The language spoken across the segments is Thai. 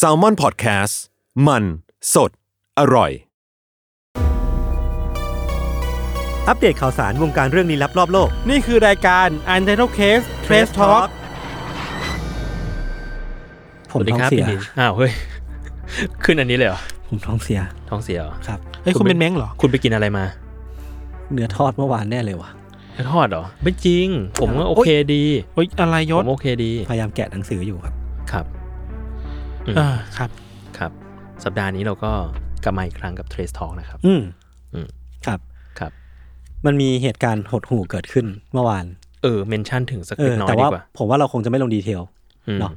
s a l m o n PODCAST มันสดอร่อย อัปเดตข่าวสารวงการเรื่องลี้ลับรอบโลก นี่คือรายการ u n t i t l e d Case Trace Talk ผมท้องเสีย พี่หนิงอ้าวเฮ้ย ขึ้นอันนี้เลยเหรอ ผมท้องเสีย ท้องเสียเหรอ ครับ เฮ้ย คุณเป็นแม้งเหรอ คุณไปกินอะไรมา เนื้อทอดเมื่อวานแน่เลยว่ะ ทอดเหรอ ไม่จริง ผมก็โอเคดี โอ้ยอะไรย ผ ศ มโอเคดี พยายามแกะหนังสืออยู่ครับ ครับอืม เออครับ ครับ สัปดาห์นี้เราก็กลับมาอีกครั้งกับ Trace Talk นะครับ อืม อืม ครับ ครับ มันมีเหตุการณ์หดหู่เกิดขึ้นเมื่อวาน เออ เมนชั่นถึงสัก เอ เล็ อก น้อ แต่ ยดี ว่าก ว่า ผมว่าเราคงจะไม่ลงดีเทล อืม เนาะ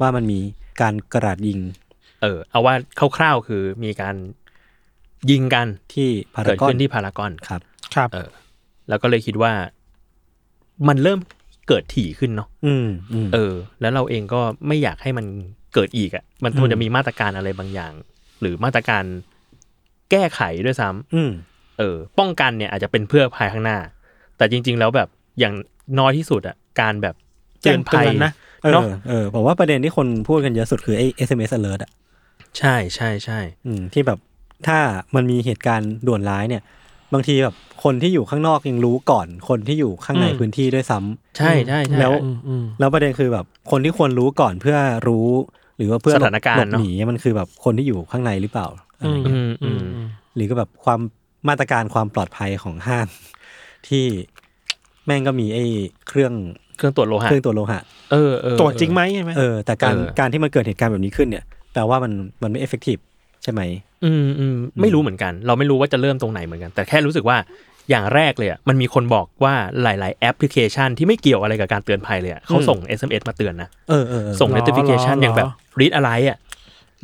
ว่ามันมีการกระดาษยิง เออ เอาว่าคร่าวๆคือมีการยิงกัน ที่พา เกิ รา ด กอน ขึ้นที่พารากอน ครับ ครับ เออ แล้วก็เลยคิดว่า มันเริ่มเกิดถี่ขึ้นเนาะ อืมอืม เออแล้วเราเองก็ไม่อยากให้มันเกิดอีกอะ่ะมันควรจะมีมาตรการอะไรบางอย่าง หรือมาตรการแก้ไขด้วยซ้ำ อืม เออ ป้องกันเนี่ยอาจจะเป็นเพื่อภายข้างหน้า แต่จริง ๆ แล้วแบบอย่างน้อยที่สุดอะ่ะการแบบเตือนภัย แจ้งเตือนนะ เออ เนาะ เออผมว่าประเด็นที่คนพูดกันเยอะสุดคือไอ้ SMS alert อะ ใช่ใช่ใช่ อืมที่แบบถ้ามันมีเหตุการณ์ด่วนร้ายเนี่ย บางทีแบบคนที่อยู่ข้างนอกยังรู้ก่อนคนที่อยู่ข้างใน อืม พื้นที่ด้วยซ้ำ ใช่ใช่ใช่ แล้ว อืมอืม แล้วประเด็นคือแบบคนที่ควรรู้ก่อนเพื่อรู้ หรือว่าเพื่อหลบ สถานการณ์ หลบ เนอะ หนีมันคือแบบคนที่อยู่ข้างในหรือเปล่าอะไรเงี้ย อืมอืม หรือก็แบบความมาตรการความปลอดภัยของห้าง ที่แม่งก็มีไอ้เครื่อง เครื่องตรวจโลหะ เครื่องตัวจโลหะ เออเออ ตรวจจริงไหมใช่ไหม เออแต่การ เออ การที่มันเกิดเหตุการณ์แบบนี้ขึ้นเนี่ยแปลว่ามันมันไม่เอฟเฟกตีฟใช่ไหม อืมอืมไม่รู้เหมือนกัน เราไม่รู้ว่าจะเริ่มตรงไหนเหมือนกัน แต่แค่รู้สึกว่าอย่างแรกเลยอะมันมีคนบอกว่าหลาย ๆ แอปพลิเคชันที่ไม่เกี่ยวอะไรกับการเตือนภัยเลยอะเขา อืม ส่ง SMS มาเตือนนะ เออเออเออ ส่ง notification อย่างแบบ read align อ่ะ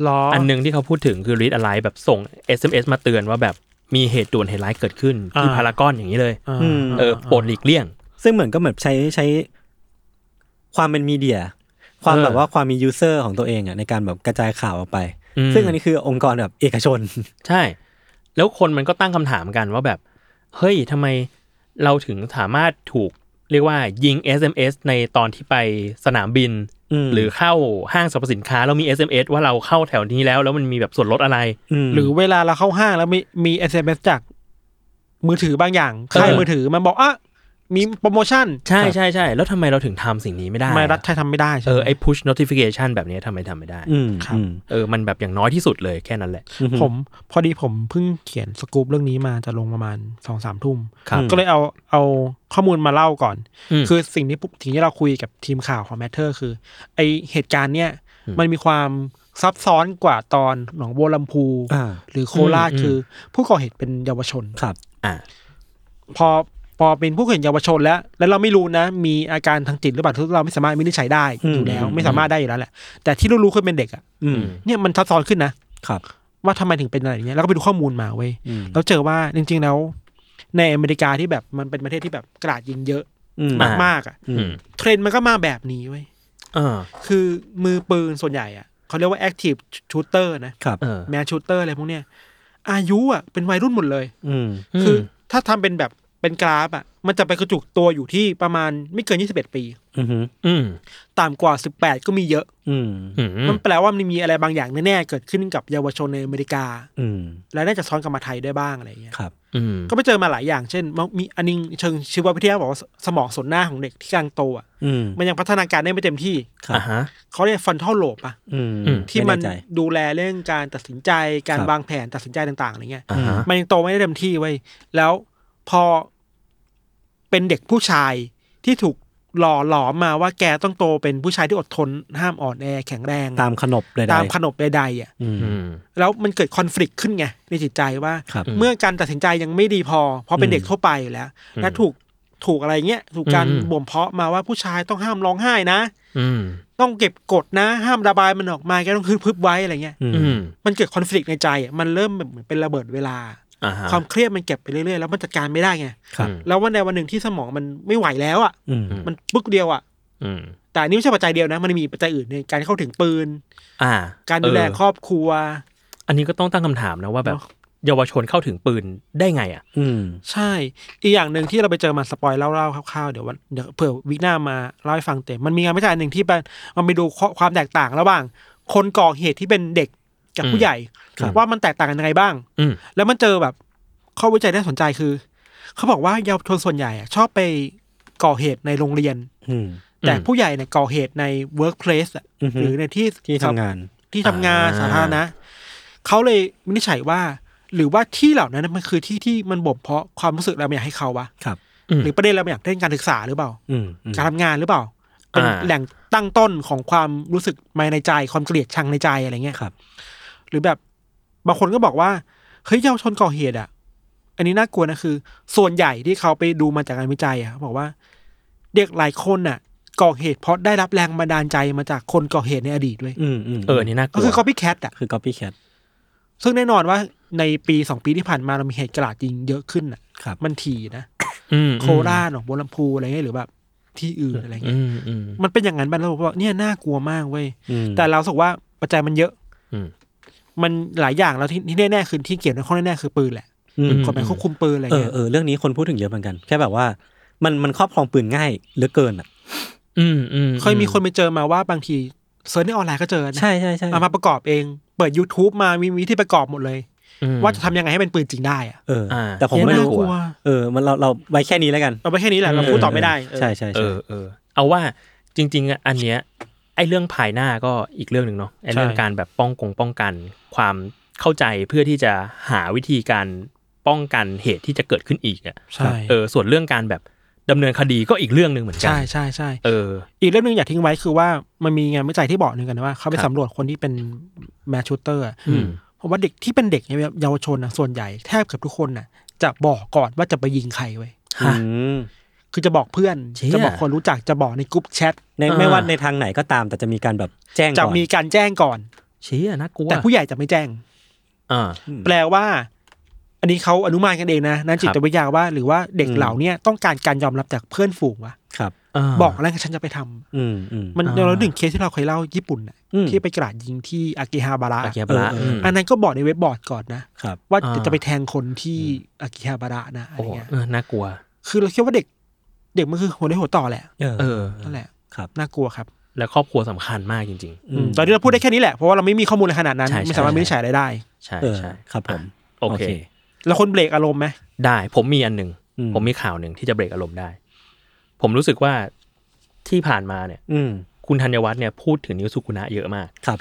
ล้ออั อันหนึงที่เขาพูดถึงคือ read align แบบส่ง SMS มาเตือนว่าแบบมีเหตุด่วนเหตุร้ายเกิดขึ้น ที่ อ่า พารากอนอย่างนี้เลย อืม เออโปรดหลีกเลี่ยง ซึ่งเหมือนก็เหมือนใช้ใช้ความเป็นมีเดีย ความ เออ แบบว่าความมียูเซอร์ของตัวเองอ่ะในการแบบกระจายข่าวออกไป ม ซึ่งอันนี้คือองค์กรแบบเอกชน ใช่ แล้วคนมันก็ตั้งคำถามกันว่าแบบ เฮ้ยทำไมเราถึงสามารถถูกเรียกว่ายิง SMS ในตอนที่ไปสนามบิน อืม หรือเข้าห้างสรรพสินค้าแล้วมี SMS ว่าเราเข้าแถวนี้แล้ว แล้วมันมีแบบส่วนลดอะไร ม หรือเวลาเราเข้าห้างแล้วมีมี SMS จาก มือถือบางอย่างค่าย เออ มือถือมันบอกอ่ะมีโปรโมชั่น ใช่ใช่ใช่แล้วทำไมเราถึงทำสิ่งนี้ไม่ได้ ทำไมรัฐไทยทำไม่ได้ใช่ เอ ไหม อไอ้ push notification แบบนี้ทำไมทำไม่ได้ อืม ครับ อืม เออ มันแบบอย่างน้อยที่สุดเลยแค่นั้นแหละ อื ผมพอดีผมเพิ่งเขียนสกู๊ปเรื่องนี้มาจะลงประมาณสองสามทุ่ม ครับ ก็เลยเอาเอาข้อมูลมาเล่าก่อน อืม คือสิ่งที่ปุ๊บสิ่งที่เราคุยกับทีมข่าวของแมทเ e อร์คือ ไอเหตุการณ์เนี่ย อืม มันมีความซับซ้อนกว่าตอนหนองบัวลำพู อ่า หรือโคราช อืม คือ ผู้ก่อเหตุเป็นเยาวชน ครับ อ่า พอพอเป็นผู้ก่อเหตุเยาวชนแล้ว แล้วเราไม่รู้นะ มีอาการทางจิตหรือเปล่าที่เราไม่สามารถวินิจฉัยได้อยู่แล้ว อืม ไม่สามารถได้อยู่แล้วแหละ แต่ที่รู้ๆคือเป็นเด็กอะ อืม เนี่ยมันซับซ้อนขึ้นนะครับ ว่าทำไมถึงเป็นอะไรอย่างเงี้ยแล้วก็ไปดูข้อมูลมาเว้ย อืม แล้วเจอว่าจริง ๆ แล้ว ในอเมริกาที่แบบมันเป็นประเทศที่แบบกระดาษยิงเยอะ อืม อ่ะ มากๆอ่ะ อืม เทรนด์มันก็มาแบบนี้เว้ย อ่า คือมือปืนส่วนใหญ่อ่ะเขาเรียกว่า active shooter นะครับ เออ แมน shooter อะไรพวกเนี้ยอายุอ่ะเป็นวัยรุ่นหมดเลย อืม คือ ม ถ้าทำเป็นแบบเป็นกราฟอ่ะมันจะไปกระจุกตัวอยู่ที่ประมาณไม่เกิน 21 ปี อืม อืม ต่ำกว่า 18 ก็มีเยอะ อืม อืม มันแปลว่ามันมีอะไรบางอย่างแน่ๆเกิดขึ้นกับเยาวชนในอเมริกา อืม และน่าจะซ้อนกลับมาไทยได้บ้างอะไรอย่างเงี้ย ครับ อืม ก็ไปเจอมาหลายอย่าง เช่นมันมีอันนึงเชิงชีววิทยาบอกว่าสสมองส่วนหน้าของเด็กที่กำลังโตอ่ะ อืม มันยังพัฒนาการได้ไม่เต็มที่ ครั อ่า บ ฮะ เขาเรียกฟันท่าโลบอ่ะ อืม อืม ที่มัน ไแใจ ดูแลเรื่องการตัดสินใจการ ครับ วางแผนตัดสินใจต่าง ๆอะไรเงี้ย อ่าฮะ มันยังโตไม่ได้เต็มที่ไว้ยแล้วพอเป็นเด็กผู้ชายที่ถูกหล่อหลอมมาว่าแกต้องโตเป็นผู้ชายที่อดทนห้ามอ่อนแอแข็งแรง ตามขนบเลย ตามขนบใดๆอ่ะ อืม อืม แล้วมันเกิดคอน FLICT ขึ้นไงในจิตใจว่า ครับ เมื่อการตัดสินใจยังไม่ดีพอ เพราะเป็นเด็กทั่วไปอยู่แล้ว และถูก ถูกอะไรเงี้ยถูกการ อืม บ่มเพาะมาว่าผู้ชายต้องห้ามร้องไห้นะ อืม ต้องเก็บกดนะ ห้ามระบายมันออกมาแกต้องฮึบพึบไว้อะไรเงี้ย อืม อืม มันเกิดคอน FLICT ในใจอะมันเริ่มแบบเหมือนเป็นระเบิดเวลา อ่าฮะ ความเครียดมันเก็บไปเรื่อยๆ แล้วมันจัดการไม่ได้ไง ครับ อืม แล้ววันใดวันหนึ่งที่สมองมันไม่ไหวแล้วอ่ะ อืม มันปึ๊กเดียวอ่ะ อืม แต่อันนี่ไม่ใช่ปัจจัยเดียวนะ มันมีปัจจัยอื่นในการเข้าถึงปืน อ่า การดูแล เออ ครอบครัว อันนี้ก็ต้องตั้งคำถามนะว่าแบบ เนอะ เยาวชนเข้าถึงปืนได้ไงอ่ะ อืม ใช่ อีกอย่างหนึ่งที่เราไปเจอมาสปอยเล่าๆคร่าวๆ เดี๋ยววันเดี๋ยวเผื่อวิกหน้ามาเล่าให้ฟังเต็ม มันมีงานวิจัยอันหนึ่งที่ไปมันไปดูข้อความแตกต่างระหว่าง คนก่อเหตุที่เป็นเด็กกับ อืม ผู้ใหญ่ ครับ ว่ามันแตกต่างกันยังไงบ้าง อืม แล้วมันเจอแบบข้อวิจัยน่าสนใจคือ เขาบอกว่าเยาวชนส่วนใหญ่อะชอบไปก่อเหตุในโรงเรียน อืม แต่ผู้ใหญ่เนี่ยก่อเหตุใน workplace อะ อือฮึ หรือในที่ ที่ทำงาน ที่ทำงานสาธารณะเขาเลยวินิจฉัยว่า หรือว่าที่เหล่านั้นนะมันคือที่ที่มันบ่มเพาะความรู้สึกเราไม่อยากให้เขาวะ ครับ หรือประเด็นเราไม่อยากเล่นการศึกษาหรือเปล่า อืมอืม การทำงานหรือเปล่า เป็นแหล่งตั้งต้นของความรู้สึกภายในใจความเกลียดชังในใจอะไรเงี้ย ครับ หรือแบบบางคนก็บอกว่าเฮ้ยเยาวชนก่อเหตุอ่ะ อันนี้น่ากลัวนะคือ ส่วนใหญ่ที่เขาไปดูมาจากงานวิจัยอ่ะเขาบอกว่า เด็กหลายคนอ่ะก่อเหตุเพราะได้รับแรงบันดาลใจมาจากคนก่อเหตุในอดีตด้วย อืมอืม เออนี่น่ากลั ก็ ว คือ copycat อ่ะ คือ copycat ซึ่งแน่นอนว่าในปีสองปีที่ผ่านมาเรามีเหตุกระดาษยิงเยอะขึ้นอ่ะ ครับ มันถี่นะ อืม โคราชหนองบัวลำพูอะไรเงี้ยหรือแบบที่อื่นอะไรเงี้ย อืมอืม มันเป็นอย่างนั้นบ้างแล้วบอกว่าเนี่ยน่ากลัวมากเว้ย อืม แต่เราสึกว่าปัจจัยมันเยอะ อืม มันหลายอย่างแล้วที่ที่แน่ๆคือที่เกี่ยวข้องแน่ๆคือปืนแหละ อืม กฎหมายควบคุมปืนอะไร เออ เงี้ย เออเรื่องนี้คนพูดถึงเยอะเหมือนกัน แค่แบบว่ามันมันครอบครองปืนง่ายเหลือเกินอ่ะ อืมอืม เคยมีคนไปเจอมาว่าบางทีเซิร์ชในออนไลน์ก็เจอนะ ใช่ใช่ใช่ เอามาประกอบเอง เปิด YouTube มามีวิธีประกอบหมดเลย อืม ว่าจะทำยังไงให้เป็นปืนจริงได้อะ เอออา แต่ผม เนี่ย ไม่ น่า รู้ กลัว เออมันเราเราไว้แค่นี้แล้วกัน เอาไปแค่นี้แหละเรา เออ พูดต่อไม่ได้เออ ใช่ใช่ เอ ใช่ อเออเอาว่าจริงๆอ่ะอันเนี้ยไอ้เรื่องภายหน้าก็อีกเรื่องหนึ่งเนาะไอ้เรื่องการแบบป้องกงป้องกัน ความเข้าใจเพื่อที่จะหาวิธีการป้องกันเหตุที่จะเกิดขึ้นอีกอ่ะ ใช่ เออส่วนเรื่องการแบบดำเนินคดีก็อีกเรื่องหนึ่งเหมือนกั ใช่ใช่ใช่ เออ อีกเรื่องหนึงอยากทิ้งไว้คือว่ามันมีงานวิจัยที่บอกหนึ่งกันว่าเขาไป ครับ สำรวจคนที่เป็นแมชชูเตอร์ อืม เพราะว่าเด็กที่เป็นเด็กเนี่ยเยาวชนนะส่วนใหญ่แทบเกือบทุกคนน่ะ จะบอกก่อนว่าจะไปยิงใครไว้ย ฮะ คือจะบอกเพื่อน เชี่ย จะบอกคนรู้จักจะบอกในกลุ่มแชท ใน อ่า ไม่ว่าในทางไหนก็ตามแต่จะมีการแบบแจ้ง จะ ก่อน มีการแจ้งก่อน เชี่ยน่ากลัว แต่ผู้ใหญ่จะไม่แจ้ง อ่า แปลว่า อันนี้เขาอนุมานกันเองนะนักจิตวิทยาว่า หรือว่าเด็กเหล่าเนี้ยต้องการการยอมรับจากเพื่อนฝูงวะ ครับ บอกแล้วฉันจะไปทำ อืมอืม มัน อ่า เราหนึ่งเคสที่เราเคยเล่าญี่ปุ่นน่ะ อืม ที่ไปกราดยิงที่อากิฮาบาระ อาเกียบละ เออเอออื ม อันนั้นก็บอกในเว็บบอร์ดก่อนนะครับ ว่า อ่า เดี๋ยวจะไปแทงคนที่อากิฮาบาระนะอะไร โอ้โห เงี้ย เออน่ากลัว คือเราคิดว่าเด็ก เด็กมันคือหัวได้หัวต่อแหละ เออ นั่นแหละ ครับ น่ากลัวครับ และครอบครัวสำคัญมากจริง อืมตอนนี้เราพูดได้แค่นี้แหละเพราะว่าเราไม่มีข้อมูลอะไรขนาดนั้น ใช่ใช่ ไม่สามารถวินิจฉัยอะไรได้ ๆ ใช่ เออ ใช่ ครับผม โอเค แล้วคนเบรกอารมณ์ไหม ได้ผมมีอันหนึ่ง อืม ผมมีข่าวหนึ่งที่จะเบรกอารมณ์ได้ ผมรู้สึกว่าที่ผ่านมาเนี่ย อืม คุณธัญวัฒน์เนี่ยพูดถึงนิวสุกุนะเยอะมาก ครับ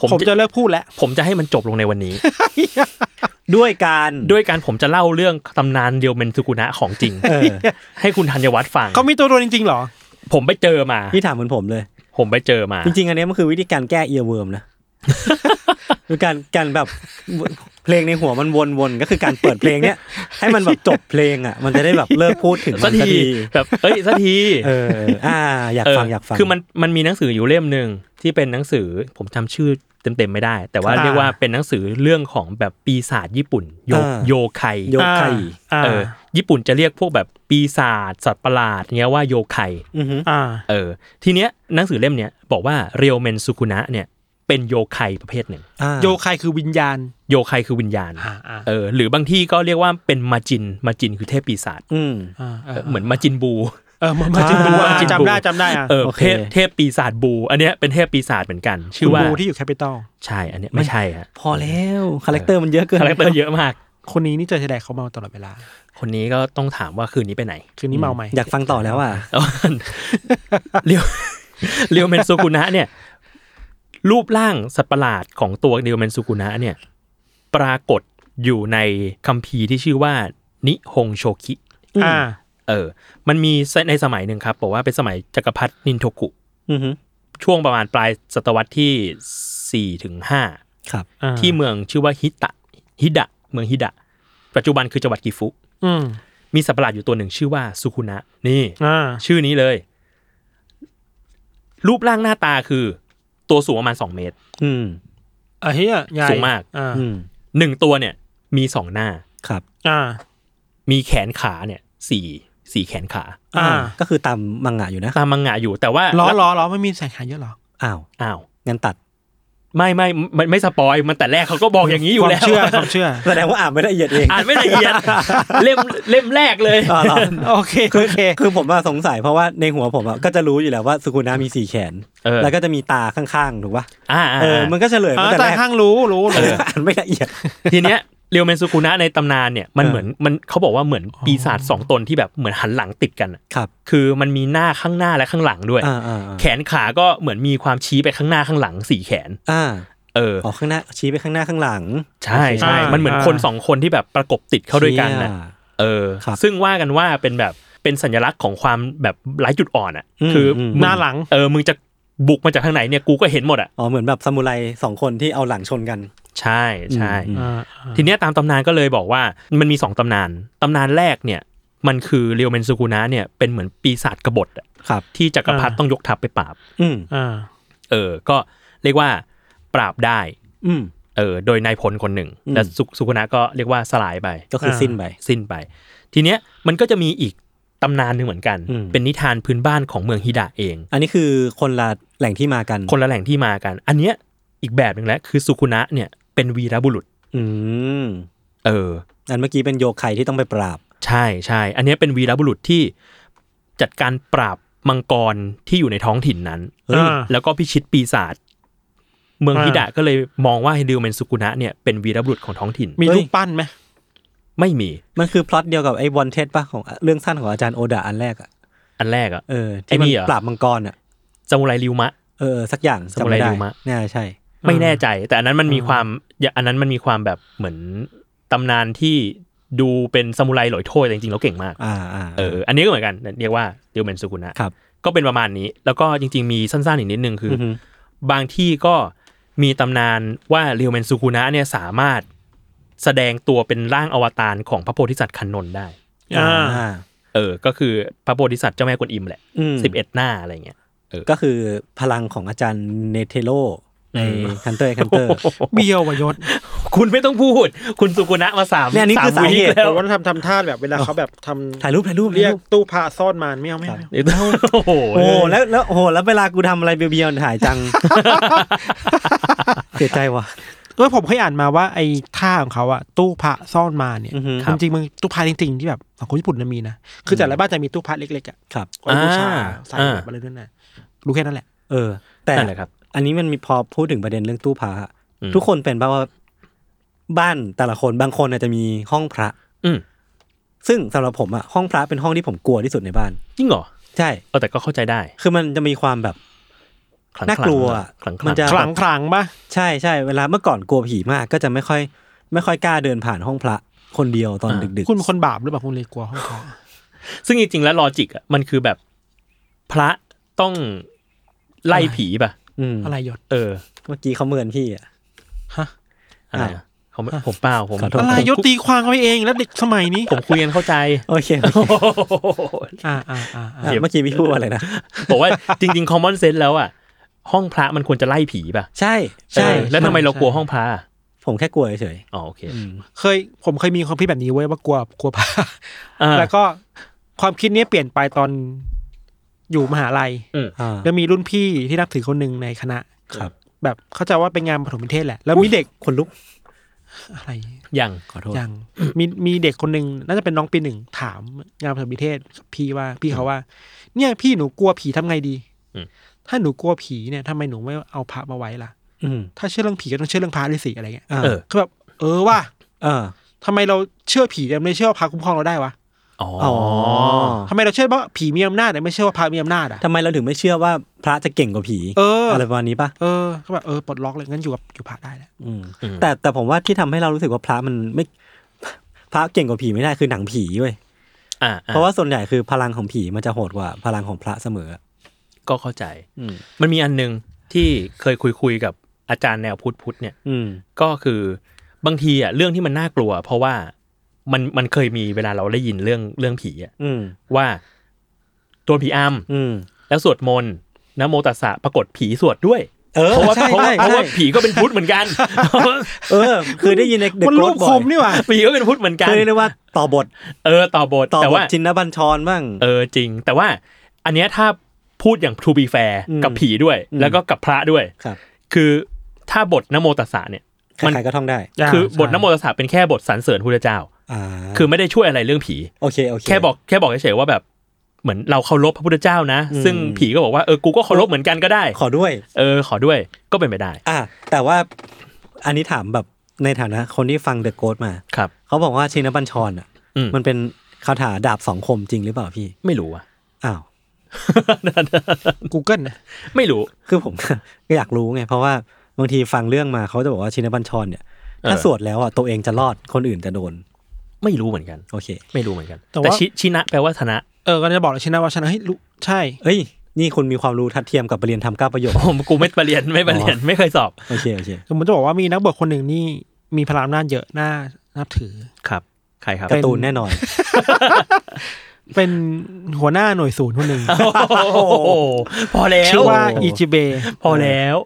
ผม ผม จะ จะเลิกพูดแล้ว ผมจะให้มันจบลงในวันนี้ ด้วยการ ด้วยการผมจะเล่าเรื่องตำนานเรียวเมนสุกุนะของจริง เออ ให้คุณธัญวัฒน์ฟัง เขามีตัวตนจริงๆเหรอ ผมไปเจอมา นี่ถามเหมือนผมเลย ผมไปเจอมา จริงๆ อันเนี้ยมันคือวิธีการแก้เอียร์เวิร์มนะ คือการการแบบเพลงในหัวมันวนๆก็คือการเปิดเพลงเนี้ยให้มันแบบจบเพลงอ่ะ มันจะได้แบบเลิกพูดถึงมั สัก นสัก ที ที แบบเอ้ยสักที เอออ่า อยากฟัง เ อยากฟัง คือมันมันมีหนังสืออยู่เล่มหนึ่งที่เป็นหนังสือผมจำชื่อเต็มๆไม่ได้ แต่ว่า อ่า เรียกว่าเป็นหนังสือเรื่องของแบบปีศาจญี่ปุ่น โย อ่า โยไค โยไค อ่า เออญี่ปุ่นจะเรียกพวกแบบปีศาจสัตว์ประหลาดเนี้ยว่าโยไค อือหือ อ่า เออทีเนี้ยหนังสือเล่มเนี้ยบอกว่าเรียวเมนสุคุนะเนี่ยเป็นโยไคประเภทหนึ่ง อ่า โยคายคือวิญญาณ โยไคคือวิญญาณ อ่าอ่า เออหรือบางที่ก็เรียกว่าเป็นมาจินมาจินคือเทพปีศาจ อืม เออเหมือนมาจินบู เออมามาจิมบูอ่ะ มาจิมบู จำได้จำได้อ่ะ เออ โอเค เทพเทพปีศาจบู อันเนี้ยเป็นเทพปีศาจเหมือนกัน ชื่อว่า บูที่อยู่แคปิตอล ใช่อันเนี้ยไม่ใช่ฮะ พอแล้วคาแรคเตอร์มันเยอะเกิน คาแรคเตอร์เยอะมาก คนนี้นี่เจอทีไรเขาเมาตลอดเวลา คนนี้ก็ต้องถามว่าคืนนี้ไปไหน คืนนี้เมาไหม อยากฟังต่อแล้วอ่ะ เอา เรียว เรียวเมนซูกุนะเนี่ย รูปร่างสัตว์ประหลาดของตัวเรียวเมนซูกุนะเนี่ย ปรากฏอยู่ในคัมภีร์ที่ชื่อว่า นิฮงโชคิ อ่า เออ มันมีในสมัยหนึ่งครับบอกว่าเป็นสมัยจักรพรรดินินโทกุ อือหือ ช่วงประมาณปลายศตวรรษที่สี่ถึงห้า ครับ อ่า ที่เมืองชื่อว่าฮิตะฮิดะ เมืองฮิดะ ปัจจุบันคือจังหวัดกิฟุ อืม มีสัตว์ประหลาดอยู่ตัวหนึ่งชื่อว่าสุคุนะนี่ อ่า ชื่อนี้เลย รูปร่างหน้าตาคือ ตัวสูงประมาณสองเมตร อืม อ่ะเฮียใหญ่ สูงมาก อ่า อืม หนึ่งตัวเนี่ย มีสองหน้า ครับ อ่า มีแขนขาเนี่ยสี่สี่แขนขา อ่า ก็คือตามมังงะอยู่นะ ตามมังงะอยู่แต่ว่า ล้อล้อล้อไม่มีแสงขายเยอะเหรอ อ้าว อ้าว งั้นตัด ไม่ไม่ไม่ไม่สปอยมันแต่แรกเขาก็บอกอย่างนี้อยู่ ความ แล้ว เชื่อ ความเชื่อ แสดงว่าอ่านไม่ละเอียดเอง อ่านไม่ละเอียด เล่มเล่มแรกเลย อ๋อเหรอ โอเคโอเค คือผมว่าสงสัยเพราะว่าในหัวผมอะก็จะรู้อยู่แล้วว่าสุกุนามีสี่แขน เออ แล้วก็จะมีตาข้างๆถูกปะ อ่าาา เออมันก็เฉลยมา อ่า แต่ แต่ แรก ห้างรู้รู้ เอ รู้ ออ่านไม่ละเอียด ทีเนี้ยเรียวเมนซูคุนะในตำนานเนี่ยมัน เออ เหมือนมันเขาบอกว่าเหมือนปีศาจสองตนที่แบบเหมือนหันหลังติดกันอะ ครับ คือมันมีหน้าข้างหน้าและข้างหลังด้วย อ่าอ่า แขนขาก็เหมือนมีความชี้ไปข้างหน้าข้างหลังสี่แขน อ่า เออ อ๋อข้างหน้าชี้ไปข้างหน้าข้างหลัง ใช่ใช่ อ่ามั มันเหมือนคน อ่า สองคนที่แบบประกบติดเข้าด้วยกันนะ เชี่ย เออ ครับ ซึ่งว่ากันว่าเป็นแบบเป็นสัญลักษณ์ของความแบบไร้จุดอ่อนอ่ะ อืม คือ อืม มึ หน้าหลัง เออมึงจะบุกมาจากทางไหนเนี่ยกูก็เห็นหมดอ่ะ อ๋อเหมือนแบบซามูไรสองคนที่เอาหลังชนกัน ใช่ใช่ อืม อ่าอ่า ทีเนี้ยตามตำนานก็เลยบอกว่ามันมีสองตำนาน ตำนานแรกเนี่ย มันคือเรียวเมนซูกุนะเนี่ยเป็นเหมือนปีศาจกบฏอะ ครับ ที่จักรพรรดิต้องยกทัพไปปราบ อืม อ่า เออ ก็เรียกว่าปราบได้ อืม เออ โดยนายพลคนหนึ่ง อืม และสุสุกุนะก็เรียกว่าสลายไป ก็คือสิ้นไป สิ้นไป ทีเนี้ยมันก็จะมีอีกตำนานหนึ่งเหมือนกัน อืม เป็นนิทานพื้นบ้านของเมืองฮิดะเอง อันนี้คือคนละแหล่งที่มากัน คนละแหล่งที่มากัน อันเนี้ยอีกแบบหนึ่งแล้วคือสุกุนะเนี่ยเป็นวีรบุรุษ อืม เออ อันเมื่อกี้เป็นโยไคที่ต้องไปปราบ ใช่ใช่อันเนี้ยเป็นวีรบุรุษที่จัดการปราบมังกรที่อยู่ในท้องถิ่นนั้น เฮ้ย แล้วก็พิชิตปีศาจ เมืองฮิดะก็เลยมองว่าไฮดิวเมนสุกุนะเนี่ยเป็นวีรบุรุษของท้องถิ่น มีรูปปั้นไหม ไม่มี มันคือพล็อตเดียวกับไอ้วอนเทสป่ะของเรื่องสั้นของอาจารย์โอดาอันแรกอะ อันแรกอะ เออที่มั ไอ้นี่ น เหรอ ปราบมังกรอะ ซามูไรริวมะ เออสักอย่างจำไม่ ซามูไร ได้ ริวมะ น่าใช่ ไม่แน่ใจ แต่อันนั้นมันมีความอย่าอันนั้นมันมีความแบบเหมือนตำนานที่ดูเป็นซามูไรหลอยโทยแต่จริงๆแล้วเก่งมาก อ่าอ่า เออ อันนี้ก็เหมือนกัน เรียกว่าดิวเมนสุกุนะ ครับ ก็เป็นประมาณนี้ แล้วก็จริง ๆ มีสั้นๆอีกนิดนึงคืออ อฮึ บางที่ก็มีตำนานว่าเรียวเมนซูคุนะเนี่ยสามารถแสดงตัวเป็นร่างอวตารของพระโพธิสัตว์คันนนได้ อ่า อ่า เออ ก็คือพระโพธิสัตว์เจ้าแม่กวนอิมแหละ อืม สิบเอ็ดหน้าอะไรเงี้ย ก็คือพลังของอาจารย์เนเทโลใน อืม คันเตอร์คันเตอร์ เบียววะยศ คุณไม่ต้องพูด คุณสุกุนะมาสาม เนี่ยอันนี้คือ ม สาเหตุ วีคแล้ว ผมว่าทำทำท่าแบบเวลาเขาแบบท ถ่ายรูปถ่ายรูป ำเรียก ถ่ารูป ตู้พาซ่อนมานไม่เอาไม่เอา ครับ ไม่เอา เดี๋ยวต้องโอ้โห โอ้แล้วแล้วโอ้โหแล้วเวลากูทำอะไรเบียวๆถ่ายจัง เสียใจว่ะ เออผมเคยอ่านมาว่าไอ้ท่าของเขาอะตู้พาซ่อนมานเนี่ย อือฮึ จริงๆมันตู้พาจริงๆที่แบบของคนญี่ปุ่นน่ะมีนะคือแต่ละบ้านจะมีตู้พาเล็กๆอะ ครับ ไว้บูชาใส่แบบอะไรด้วยนะรู้แค่นั้นแหละ เออ แต่ นั่นแหละครับ อันนี้มันมีพอพูดถึงประเด็นเรื่องตู้พระอะ อืม ทุกคนเป็นป่าว่าบ้านแต่ละคนบางคนอาจจะมีห้องพระ อืม ซึ่งสำหรับผมอะห้องพระเป็นห้องที่ผมกลัวที่สุดในบ้าน จริงเหรอ ใช่ เออแต่ก็เข้าใจได้ คือมันจะมีความแบบ ครั้ง น่ากลัว ครั้ง มันจะ คลังคลังปะ ใช่ใช่เวลาเมื่อก่อนกลัวผีมาก ก็จะไม่ค่อย ไม่ค่อยกล้าเดินผ่านห้องพระ คนเดียวตอนดึก คุณเป็นคนบาปหรือเปล่าคุณเลยกลัวห้องพระ ซึ่งจริงๆแล้วลอจิกอะมันคือแบบพระต้องไล่ผีป่ะ ๆอืม อะไรยศ เออ เมื่อกี้เขาเมินพี่อะ อะไร อ่ะ อะเขาไม่ผมเปล่าผม ขอโทษ อะไรยศตีความเขาไปเองแล้วเด็กสมัยนี้ ผมคุยกันเข้า ใจ โอเคโอเค อ่าอ่าอ่าอ่า อ่ะเมื่อกี้พี่พูดอะไรนะ บอกว่าจริงๆ common sense แล้วอ่ะ ห้องพระมันควรจะไล่ผีป่ะ ใช่ เอ ใช่ อแล้วทำไมเรากลัวห้องพระอ่ะ ผมแค่กลัวเฉย อ๋อโอเค เคยผมเคยมีความคิดแบบนี้เว้ยว่ากลัวกลัวพระ อ่า แล้วก็ความคิดเนี้ยเปลี่ยนไปตอนอยู่มหาลัย ๆอ่า แล้วมีรุ่นพี่ที่นับถือคนหนึ่งในคณะ ครับ แบบเข้าใจว่าเป็นงานปฐมนิเทศแหละ แล้วมีเด็ก คนลุก อะไร ยัง ขอโทษ อย่างมีมีเด็กคนหนึ่งน่าจะเป็นน้องปีหนึ่งถามงานปฐมนิเทศกับพี่ว่าพี่เขาว่า เนี่ยพี่หนูกลัวผีทำไงดี อืม ถ้าหนูกลัวผีเนี่ยทำไมหนูไม่เอาพระมาไว้ล่ะ อืม ถ้าเชื่อเรื่องผีก็ต้องเชื่อเรื่องพระด้วยสิอะไรเงี้ย อ่า เออ คือแบบเออว่า เออ ทำไมเราเชื่อผีแต่ไม่เชื่อว่าพระคุ้มครองเราได้วะ อ๋อ อ๋อ ทำไมเราเชื่อว่าผีมีอำนาจแต่ไม่เชื่อว่าพระมีอำนาจอ่ะ ทำไมเราถึงไม่เชื่อว่าพระจะเก่งกว่าผี เอออ อะไรประมาณนี้ปะ เออเขาแบบเออปลดล็อกเลยงั้นอยู่กับอยู่พระได้แล้ว อืมแต่แต่ผมว่าที่ทำให้เรารู้สึกว่าพระมันไม่ พระเก่งกว่าผีไม่ได้คือหนังผีเว้ย อ่า เพราะว่าส่วนใหญ่คือพลังของผีมันจะโหดกว่าพลังของพระเสมอ ก็เข้าใจ อืม มันมีอันหนึงที่เคยคุยคุยๆกับอาจารย์แนวพุทธพุทธเนี่ย อืม ก็คือบางทีอ่ะเรื่องที่มันน่ากลัว เพราะว่า มันมันเคยมีเวลาเราได้ยินเรื่องเรื่องผีอะ อืม ว่าโดนผีอำ อืม แล้วสวดมนต์นะโมตัสสะปรากฏผีสวดด้วย เออ เพราะว่า ใช่ เพใช่ราะว่าเพราะว่า ใช่ ผีก็เป็นพุทธเหมือน กัน เออ คือได้ยินในเด็ก มัน โกร รู ธ ป บ่ ค อย มนี่หว่า ผีก็เป็นพุทธเหมือนกัน คือเรียกได้ว่าต่อบท เออต่อบท ต่อ แต่ บท ว่า ชินบัญชรบ้าง เออจริง แต่ว่าอันเนี้ยถ้าพูดอย่าง to be fair อืม กับผีด้วย อืม แล้วก็กับพระด้วย ครับ คือถ้าบทนโมตัสสะเนี่ยมันใครๆก็ท่องได้ คือบทนโมตัสสะเป็นแค่บทสรรเสริญพระเจ้า อ่า คือไม่ได้ช่วยอะไรเรื่องผี โอเคโอเค แค่บอกแค่บอกเฉยๆว่าแบบเหมือนเราเคารพพระพุทธเจ้านะ อืม ซึ่งผีก็บอกว่าเออกูก็เคารพเหมือนกันก็ได้ ขอด้วย เออขอด้วยก็เป็นไปได้ อ่ะแต่ว่าอันนี้ถามแบบในฐานะคนที่ฟังเดอะโก t มา ครับ เขาบอกว่าชินบัญชรอ่ะ อืม มันเป็นคาถาดาบสองคมจริงหรือเปล่าพี่ ไม่รู้อะ อ้าว กูเกิลนะ ไม่รู้ คือผม ก็อยากรู้ไง เพราะว่าบางทีฟังเรื่องมาเขาจะบอกว่าชินบัญชรเนี่ย ถ้า เออ สวดแล้วอ่ะตัวเองจะรอดคนอื่นจะโดน ไม่รู้เหมือนกัน โอเค ไม่รู้เหมือนกัน แต่ แต่ ว่า ชิชินะแปลว่าชนะ เออก็จะบอกเลยชนะว่าชนะเฮ้ยรู้ใช่ เอ้ย นี่คุณมีความรู้ทัดเทียมกับไปเรียนทำเก้าประโย ค ผมกูไม่ไปเรียนไม่ไปเรียนไม่เคยสอบ โอเคโอเค คือผมจะบอกว่ามีนักบวชคนหนึ่งนี่มีพลังอำนาจเยอะน่านับถือ ครับ ใครครับ การ์ตูนแน่นอน เป็นหัวหน้าหน่วยศูนย์คน หนึ่ง โอ้โหพอแล้ว ชื่อว่าอิจิเบะ พอแล้ว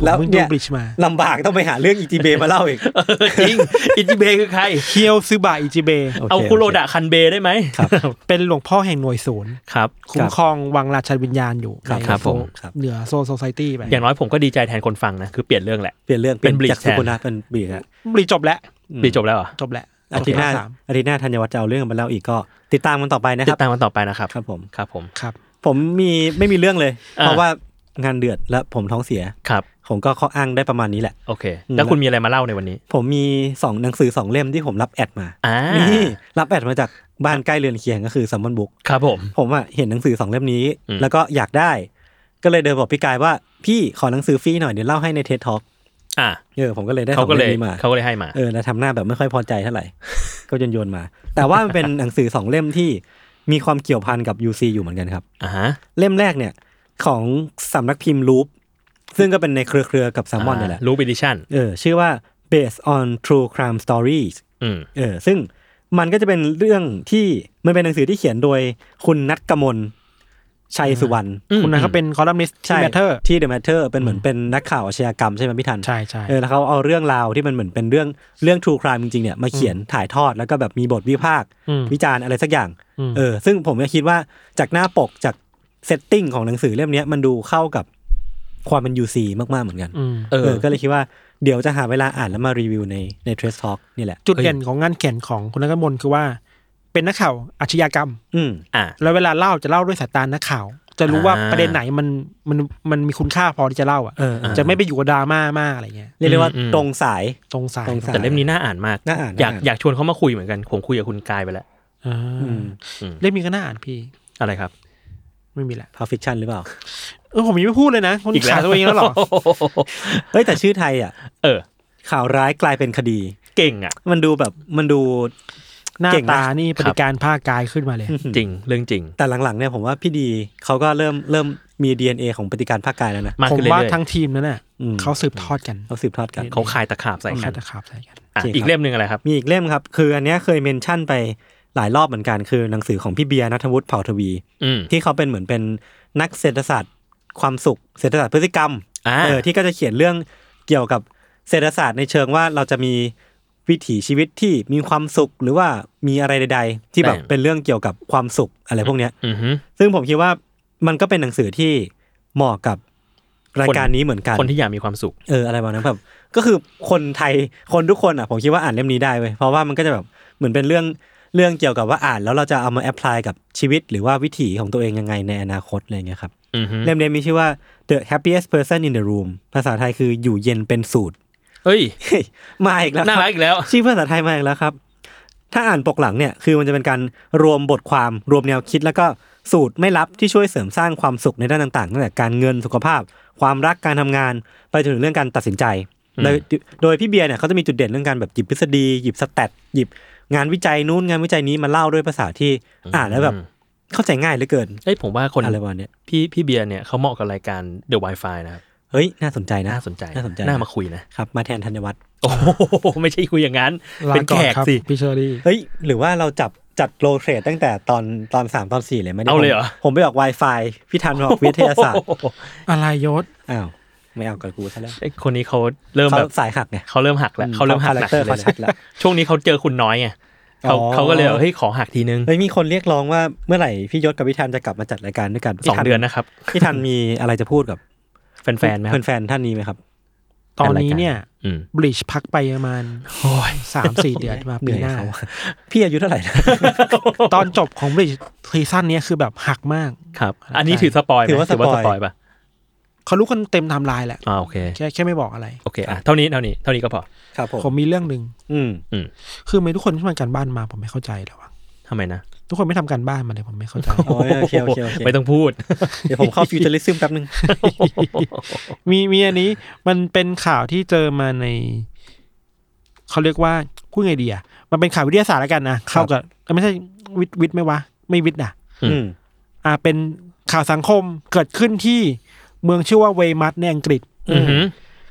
ผม แล้ว เพิ่ง เนี่ ดู ย บลิชมา ลำบากต้องไปหาเรื่องอีจีเบมาเล่า อีก เออจริงอิจิเบะคือใคร เคียวซึบะอิจิเบะ โอเค เอาคุโรดะคันเบะได้ไหม ครับ เป็นหลวงพ่อแห่งหน่วยศูนย์ ครับ คุ้มครองวังราชวิญญาณอยู่ ครับ ใน ครับผม ครับ เหนือโซโซไซตี้ไป อย่างน้อยผมก็ดีใจแทนคนฟังนะ คือเปลี่ยนเรื่องแหละ เปลี่ยนเรื่อง เป็น ลี่ย Bleach จากสุกุณะเป็นบลีชฮะ บลิชจบแล้ว อืม ปีจบแล้วเหรอ จบแล้ว อาทิตย์หน้า จบแล้วสาม อาทิตย์หน้าธัญวัฒน์จะเอาเรื่องมาเล่าอีกก็ ติดตามกันต่อไปนะค ติ รับ ดตามมันต่อไปนะครับ ครับผม ครับผม ครับ ผมมีไม่มีเรื่องเลย อ่า เพราะว่างานเดือดและผมท้องเสีย ครับ ผมก็ข้ออ้างได้ประมาณนี้แหละ โอเค อืม แล้วคุณมีอะไรมาเล่าในวันนี้ ผมมีสองหนังสือสองเล่มที่ผมรับแอดมา อ่า นี่รับแอดมาจากบ้านใกล้เรือนเคียงก็คือซัมมอนบุ๊ก ครับผม ผมอะเห็นหนังสือสองเล่มนี้ อืม แล้วก็อยากได้ ก็เลยเดินบอกพี่กายว่าพี่ขอหนังสือฟรีหน่อยเดี๋ยวเล่าให้ในเทสท็อก อ่า เออผมก็เลยได้ส เขา อง ก็เล เล่มยนี้มา เขาก็เลยให้มา เออแล้วทำหน้าแบบไม่ค่อยพอใจเท่าไหร่ ก็โยนโยนๆมา แต่ว่ามันเป็นหนังสือสองเล่มที่มีความเกี่ยวพันกับ UC อยู่เหมือนกันครับ อ่าฮะ เล่มแรกเนี่ยของสำนักพิมพ์ลูปซึ่งก็เป็นในเครือเครือๆกับแซมมอนนี่แหละ รูปอดิชั่น เออ ชื่อว่า based on true crime stories อืม เออ ซึ่งมันก็จะเป็นเรื่องที่มันเป็นหนังสือที่เขียนโดยคุณนัทกมลชัยสุวรรณ อืม คุณนะเขาเป็นคอลัมนิสต์ที่ ใช่ แมทเทอร์ ที่ The Matter เป็นเหมือนเป็นนักข่าวอาชญากรรมใช่ไหมพี่ทัน ใช่ใช่ เออแล้วเขาเอาเรื่องราวที่มันเหมือนเป็นเรื่องเรื่อง True Crime จริงๆเนี่ยมาเขียนถ่ายทอดแล้วก็แบบมีบทวิพากษ์ ม วิจารณ์อะไรสักอย่าง อืม เออซึ่งผมก็คิดว่าจากหน้าปกจากเซตติ้งของหนังสือเล่มเนี้ยมันดูเข้ากับความเป็น UC มากๆเหมือนกัน อืม เออ ก็เลยคิดว่าเดี๋ยวจะหาเวลาอ่านแล้วมารีวิวในในเทรสทอ l k นี่แหละ จุดเด่นของงานเขียนของคุณนักมลคือว่า เป็นนักข่าวอาชญากรรม อืม อ่า แล้วเวลาเล่าจะเล่าด้วยสายตานักข่าว จะรู้ว่า อ่า ประเด็นไหนมันมันมันมีคุณค่าพอที่จะเล่าอ่ะ เออเออ จะไม่ไปอยู่กับดราม่ามากอะไรเงี้ย เรียกได้ว่า อืม ตรงสาย ตรงสาย ตรงสย แต่เล่มนี้น่าอ่านมาก น่าอ่าน อยาก น่าอ่าน อยากชวนเขามาคุยเหมือนกันผมคุยกับคุณกายไปแล้ว อ่า อืม เล่มนี้ก็น่าอ่านพี่ อะไรครับ ไม่มีแหละ พาฟิคชันหรือเปล่า เออผมยังไม่พูดเลยนะคุณ อีกแล้ว ขายตัวเองแล้วเหรอ เอ้ยแต่ชื่อไทยอ่ะ เออ ข่าวร้ายกลายเป็นคดี เก่งอ่ะ มันดูแบบมันดู หน้า เก่งนะ ตานี่ปฏิการภาคกายขึ้นมาเลย จริงเรื่องจริง แต่หลังๆเนี่ยผมว่าพี่ดีเขาก็เริ่มเริ่มมี DNA ของปฏิการภาคกายแล้วนะ มาก ผม ขึ้นเรื่ ว่า อย ทั้งทีมนั้นน่ะ อืม เขาสืบทอดกัน เขาสืบทอดกัน ๆเขาคายตะขาบใส่กัใส่แค่ น ตะขาบใส่กัน อ่ะ โอเคครับ อีกเล่มหนึ่งอะไรครับ มีอีกเล่มครับ คืออันเนี้ยเคยเมนชั่นไปหลายรอบเหมือนกัน คือหนังสือของพี่เบียร์นัทวุฒิเผ่าทวี อืม ที่เขาเป็นเหมือนเป็นนักเศรษฐศาสตร์ความสุข เศรษฐศาสตร์พฤติกรรม อ่า เออที่ก็จะเขียนเรื่องเกี่ยวกับเศรษฐศาสตร์ในเชิงว่าเราจะมีวิถีชีวิตที่มีความสุขหรือว่ามีอะไรใด ๆ ที่แบบเป็นเรื่องเกี่ยวกับความสุขอะไรพวกเนี้ย อือหือ ซึ่งผมคิดว่ามันก็เป็นหนังสือที่เหมาะกับรายการ คน นี้เหมือนกัน คนที่อยากมีความสุข เอออะไรประมาณนั้นแบบก็คือคนไทยคนทุกคนอ่ะผมคิดว่าอ่านเล่มนี้ได้เว้ยเพราะว่ามันก็จะแบบเหมือนเป็นเรื่องเรื่องเกี่ยวกับว่าอ่านแล้วเราจะเอามาแอพพลายกับชีวิต หรือว่าวิถีของตัวเองยังไงในอนาคตอะไรเงี้ยครับ อือหือ เล่มนี้มีชื่อว่า The Happiest Person in the Room ภาษาไทยคืออยู่เย็นเป็นสูตร เอ้ย มาอีกแล้วค น่า รับ รักอีกแล้ว ชื่อภาษาไทยมาอีกแล้วครับ ถ้าอ่านปกหลังเนี่ยคือมันจะเป็นการรวมบทความรวมแนวคิด แล้วก็สูตรไม่ลับที่ช่วยเสริมสร้างความสุขในด้านต่างๆตั้งแต่การเงินสุขภาพ ความรักการทำงานไปจนถึงเรื่องการตัดสินใจ อืม โดยโดยพี่เบียร์เนี่ยเขาจะมีจุดเด่นเรื่องการแบบหยิบทฤษฎีหยิบสแตทหยิบงานวิจัยนู้นงานวิจัยนี้มาเล่าด้วยภาษาที่อ่านแล้วแบบ อืม เข้าใจง่ายเหลือเกิน เอ้ยผมว่าคน อะไรประมาณเนี้ย พี่พี่เบียร์เนี่ยเขาเหมาะกับรายการ The Wi-Fi นะครับ เฮ้ย น่าสนใจนะ น่าสนใจ น่าสนใจ น่ามาคุยนะ ครับ มาแทนธัญวัฒน์ โอ้โหไม่ใช่คุยอย่างนั้น ลา เป็น ก่ แข อน ก ครับ สิ พี่เชอรี่ เฮ้ย หรือว่าเราจับจัดโรลเทรดตั้งแต่ตอนตอนสามตอนสี่เลยไหมนี่ย เอาเลยเหรอ ผมผมไปออก Wi-Fi พี่ทันไปออกวิทยา ศาสตร์ อะไรยศ อ้าว ไม่เอากับกูซะแล้ว ไอ้คนนี้เขาเริ่ม เขา แบบ สายหักไง เขาเริ่มหักแล้วเขาเริ่มหัก คาแร หนั ค ก เตอร์ เล เขา ย ชัดแล้ว ช่วงนี้เขาเจอคุณน้อยไงเขา อ๋อ เขาก็เลยแบบเฮ้ยขอหักทีนึง เฮ้ยมีคนเรียกร้องว่าเมื่อไหร่พี่ยศกับพี่ทันจะกลับมาจัดรายการด้วยกันพี่ สอง ทั เดือนนะครับ พี่ทันมีอะไรจะพูดกับ แฟนๆไหมครับ แฟนๆท่านนี้ไหมครับ ตอนนี้เนี่ย อืม บลิชพักไปประมาณ โอ้ย สามสี่เดือนมาปีหน้า เหนื่อยเขา พี่อายุเท่าไหร่ นะ ตอนจบของบลิชซีซั่นเนี้ยคือแบบหักมาก ครับ อันนี้ถือสปอยไหม ถือว่า ถือว่า ส ส ป ป อ อย ยป่ะ เขารู้กันเต็มไทม์ไลน์แหละ อ่าโอเค แค่แค่ไม่บอกอะไร โอเคอ่ะเท่านี้เท่านี้เท่านี้ก็พอ ครับผม ผมมีเรื่องหนึ่ง อืม คือไม่ทุกคนที่ทำการบ้านมาผมไม่เข้าใจเลยว่ะ ทำไมนะ ทุกคนไม่ทำการบ้านมาเลยผมไม่เข้าใจ โอ้ยโอเคโอเคโอเค ไม่ต้องพูด เดี๋ยวผมเข้าฟิวเจอริซึมแป๊บนึง มีมีอันนี้มันเป็นข่าวที่เจอมาในเขาเรียกว่าพูดไงดีอ่ะมันเป็นข่าววิทยาศาสตร์แล้วกันนะเข้ากับเอ้ยไม่ใช่วิทย์วิทย์ไหมวะ ไม่วิทย์อ่ะ อืม อืม อ่าเป็นข่าวสังคมเกิดขึ้นที่เมืองชื่อว่าเวย์มัดในอังกฤษ อือหือ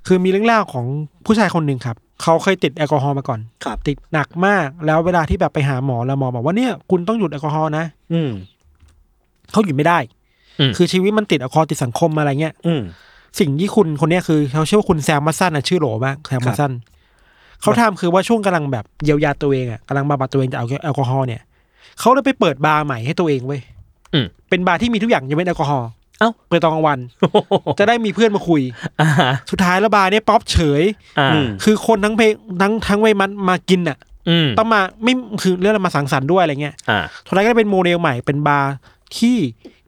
คือมีเรื่องเล่าวของผู้ชายคนหนึ่งครับ เขาเคยติดแอลกอฮอล์มาก่อน ครับ ติดหนักมาก แล้วเวลาที่แบบไปหาหมอแล้วหมอบอกว่าเนี่ยคุณต้องหยุดแอลกอฮอล์นะ อืม เขาหยุดไม่ได้ อืม คือชีวิตมันติดแอลกอฮอล์ติดสังคมอะไรเงี้ย อืม สิ่งที่คุณคนเนี้ยคือเขาเชื่อว่าคุณแซมมัสซันนะชื่อโหลมากแซมมัสซันเขาทำคือว่าช่วงกำลังแบบเยียวยาตัวเองอ่ะกำลังบำบัดตัวเองจากแอลกอฮอล์เนี่ยเขาเลยไปเปิดบาร์ใหม่ให้ตัวเองเว้ย อืม เป็นบาร์ที่มีทุกอย่างยกเว้นแอลกอฮอล์ เอ้า เปิดตอนกลางวัน จะได้มีเพื่อนมาคุย อ่า สุดท้ายแล้วบาร์เนี่ยป๊อปเฉย อ่า อืม คือคนทั้งเพลงทั้งทั้งเวยมันมากินอ่ะ อืม ต้องมาไม่คือเรื่องมาสังสรรค์ด้วยอะไรเงี้ย อ่า สุดท้ายก็เลยเป็นโมเดลใหม่เป็นบาร์ที่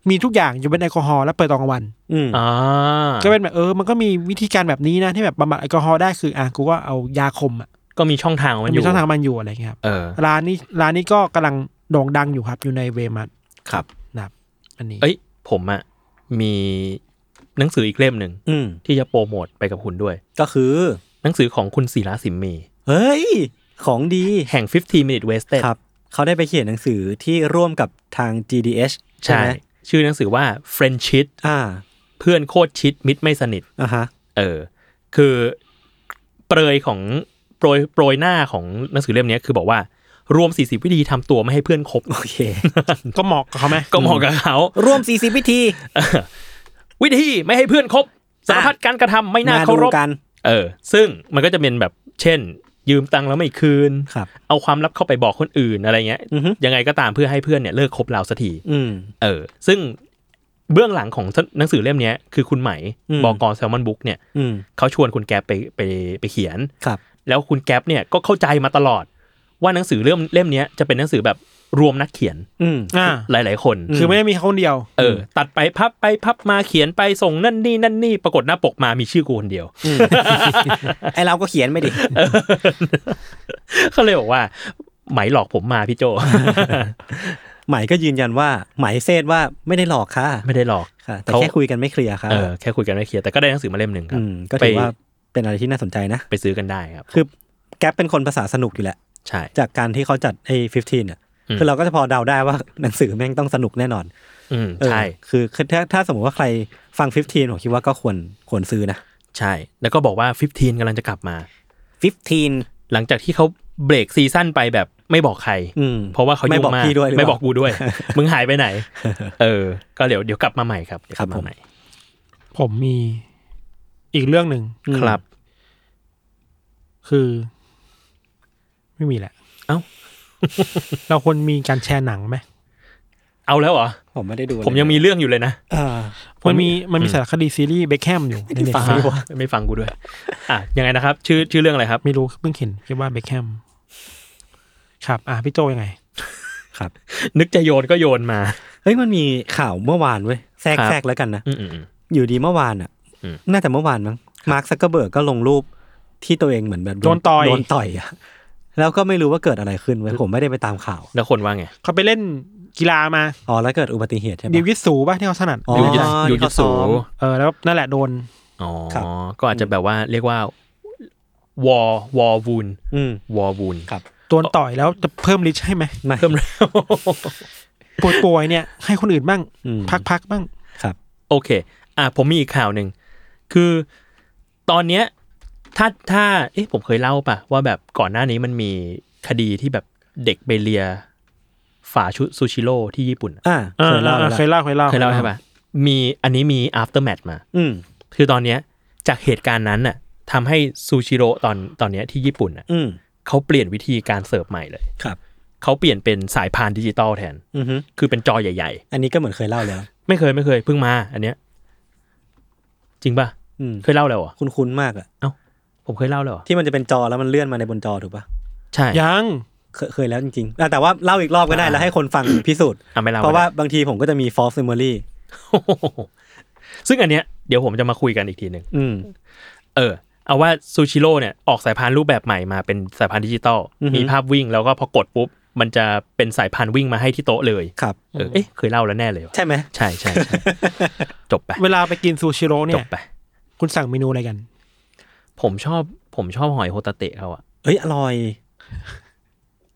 มีทุกอย่างยกเว้นแอลกอฮอล์และเปิดตอนกลางวัน อืม อ่า ก็เป็นแบบเออมันก็มีวิธีการแบบนี้นะที่แบบบำบัดแอลกอฮอล์ได้คืออ่ะกูก็เอายาคมอ่ะ ก็มีช่องทางของ มั มัน น อ มี ยู่ ช่องทางมันอยู่อะไรเงี้ยครับ เออ ร้านนี้ร้านนี้ก็กำลังโด่งดังอยู่ครับอยู่ในเวมัส ครับ นะครับอันนี้ เอ้ย ผมอะมีหนังสืออีกเล่มหนึ่ง อืม ที่จะโปรโมทไปกับคุณด้วย ก็คือ หนังสือของคุณศิลาสิมมี เฮ้ย ของดี แห่ง 15 minute wasted ครับ เขาได้ไปเขียนหนังสือที่ร่วมกับทาง GDH ใช่ ใช่ ไหม ชื่อหนังสือว่า friendship อ่า เพื่อนโคตรชิดมิตรไม่สนิท อ่าฮะ เออ คือเปรยของโปรยโปรยหน้าของหนังสือเล่มเนี้ยคือบอกว่ารวม 40 วิธีทำตัวไม่ให้เพื่อนคบ โอเค ก็เหมาะกับเขาไหม ก็เหมาะกับเขา ร่วม 40 วิธี วิธีไม่ให้เพื่อนคบสารพัดการกระทำไม่น่า มา เคา ดู รพ กัน เออ ซึ่งมันก็จะเป็นแบบเช่น ยืมตังค์แล้วไม่คืน ครับ เอาความลับเข้าไปบอกคนอื่นอะไรเงี้ย อือฮึ ยังไงก็ตามเพื่อให้เพื่อนเนี่ยเลิกคบเราสักที อืม เออ ซึ่งเบื้องหลังของหนังสือเล่มเนี้ยคือคุณไหม อืม บอกอแซลมอนบุ๊กเนี่ย อืม เขาชวนคุณแก๊ปไปไปไปเขียน ครับ แล้วคุณแก๊ปเนี่ยก็เข้าใจมาตลอด ว่าหนังสือเล่มเล่มเนี้ยจะเป็นหนังสือแบบรวมนักเขียน อืม อ่า หลาย ๆ คน คือไม่ได้มีเขาคนเดียว เออ ตัดไปพับไปพับมาเขียนไปส่งนั่นนี่นั่นนี่ปรากฏหน้าปกมามีชื่อกูคนเดียว ไอเราก็เขียน ไม่ดิ เขาเลยบอกว่าไหมหลอกผมมาพี่โจ ไหมก็ยืนยันว่าไหมเซตว่าไม่ได้หลอกค่ะ ไม่ได้หลอก ค่ะ แต่ เขา แค่คุยกันไม่เคลียร์ค่ะ เออแค่คุยกันไม่เคลียร์แต่ก็ได้หนังสือมาเล่มหนึ่งครั อื บ มก็ถือ ไป ว่าเป็นอะไรที่น่าสนใจนะ ไปซื้อกันได้ครับ คือแก๊ปเป็นคนภาษาสนุกอยู่แหละ ใช่ จากการที่เขาจัดไอ้ฟิฟทีนอ่ะ อืม คือเราก็จะพอเดาได้ว่าหนังสือแม่งต้องสนุกแน่นอน อืม เออ ใช่ คือคือถ้าถ้าสมมติว่าใครฟัง 15 ผมคิดว่าก็ควรควรซื้อนะ ใช่ แล้วก็บอกว่า 15กำลังจะกลับมา 15 หลังจากที่เขาเบรกซีซั่นไปแบบไม่บอกใคร อืม เพราะว่าเขา ไม่ ยุ่ง บอก มาก พี่ด้วยหรื ไม่บ เป อ ล่า กกูด้วย มึงหายไปไหน เออ ก็เดี๋ยวเดี๋ยวกลับมาใหม่ครับเดี๋ยวกลัครับผมบาม ใหม่ ผมมีอีกเรื่องหนึ่ง อืม ครับ คือ ไม่มีแหละ เอ้า เราควรมีการแชร์หนังไหม เอาแล้วเหรอ ผมไม่ได้ดู ผมยังมีเรื่องอยู่เลยนะ อ่า มันมีมันมีสารคดีซีรีส์เบคแฮมอยู่ใน Netflix ฟังไม่รู้ว่ะ ไม่ฟังกูด้วย อ่ะยังไงนะครับ ชื่อชื่อเรื่องอะไรครับ ไม่รู้เพิ่งเห็นคิดว่าเบคแฮมครับ อ่ะพี่โจยังไง ครับ นึกจะโยนก็โยนมา เฮ้ยมันมีข่าวเมื่อวานเว้ยแทรก ครับ แทรกแล้วกันนะ อืมอืมอืม อยู่ดีเมื่อวานอ่ะ อืม น่าจะเมื่อวานมั้ง มาร์คซักเกอร์เบิร์กก็ลงรูปที่ตัวเองเหมือนแบบ โดนต่อย โดนต่อยอะแล้วก็ไม่รู้ว่าเกิดอะไรขึ้นเว้ยผมไม่ได้ไปตามข่าว แล้วคนว่าไง เขาไปเล่นกีฬามา อ๋อ แล้วเกิดอุบัติเหตุใช่ไหม ดิวยิสูป่ะที่เขาถนัด อ๋อ ยูยิยู ที่ ยิ เขาซ้ สู อม เออแล้วนั่นแหละโดน อ๋อ ครับ ก็อาจจะแบบว่าเรียกว่า วอวอวูน อืม วอวูน ครับ โดนต่อยแล้วจะเพิ่มลิชให้ไหม ไม่ เพิ่มเร็ว ป่วยป่วยๆเนี่ย ให้คนอื่นบ้าง อืม พักพักๆบ้าง ครับ โอเค อ่ะผมมีอีกข่าวหนึ่ง คือตอนเนี้ยถ้าถ้าเอ๊ะผมเคยเล่าปะว่าแบบก่อนหน้านี้มันมีคดีที่แบบเด็กไปเลียฝาชุดซูชิโร่ที่ญี่ปุ่นอะ อ่า เอ เค อย เล่าแล้ว เคยเล่าเคยเล่า เคยเล่าใช่ปะมีอันนี้มี after match มา อืม คือตอนเนี้ยจากเหตุการณ์นั้นน่ะทำให้ซูชิโร่ตอนตอนเนี้ยที่ญี่ปุ่นน่ะ อืม เขาเปลี่ยนวิธีการเสิร์ฟใหม่เลย ครับ เขาเปลี่ยนเป็นสายพานดิจิตอลแทน อือฮึ คือเป็นจอใหญ่ อันนี้ก็เหมือนเคยเล่าแล้ว ๆ ไม่เคยไม่เคยเพิ่งมาอันเนี้ย จริงป่ะ อืม เคยเล่าแล้วเหรอ่ะ คุ้นๆมากอะ ผมเคยเล่าแล้วเหรอ่ะ ที่มันจะเป็นจอแล้วมันเลื่อนมาในบนจอถูกปะ ใช่ ยัง เคยเคยแล้วจริงๆอ่ะแต่ว่าเล่าอีกรอบก็ได้แล้วให้คนฟังพิสูจน์ อ่ะไม่เล่า เพราะว่าบางทีผมก็จะมี false memory โอ้โห ซึ่งอันเนี้ยเดี๋ยวผมจะมาคุยกันอีกทีหนึ่ง อืม เออ เอาว่าซูชิโร่เนี่ยออกสายพานรูปแบบใหม่มาเป็นสายพานดิจิตอล อือฮึ มีภาพวิ่งแล้วก็พอกดปุ๊บ มันจะเป็นสายพานวิ่งมาให้ที่โต๊ะเลย ครับ เออเอ๊ะเคยเล่าแล้วแน่เลยวะ ใช่ไหม ใช่ใช่ใช่ จบไป เวลาไปกินซูชิโร่เนี่ จ ย บไป คุณสั่งเมนูอะไรกัน ผมชอบผมชอบหอยโฮตาเตะเขาอะ เอ้ยอร่อย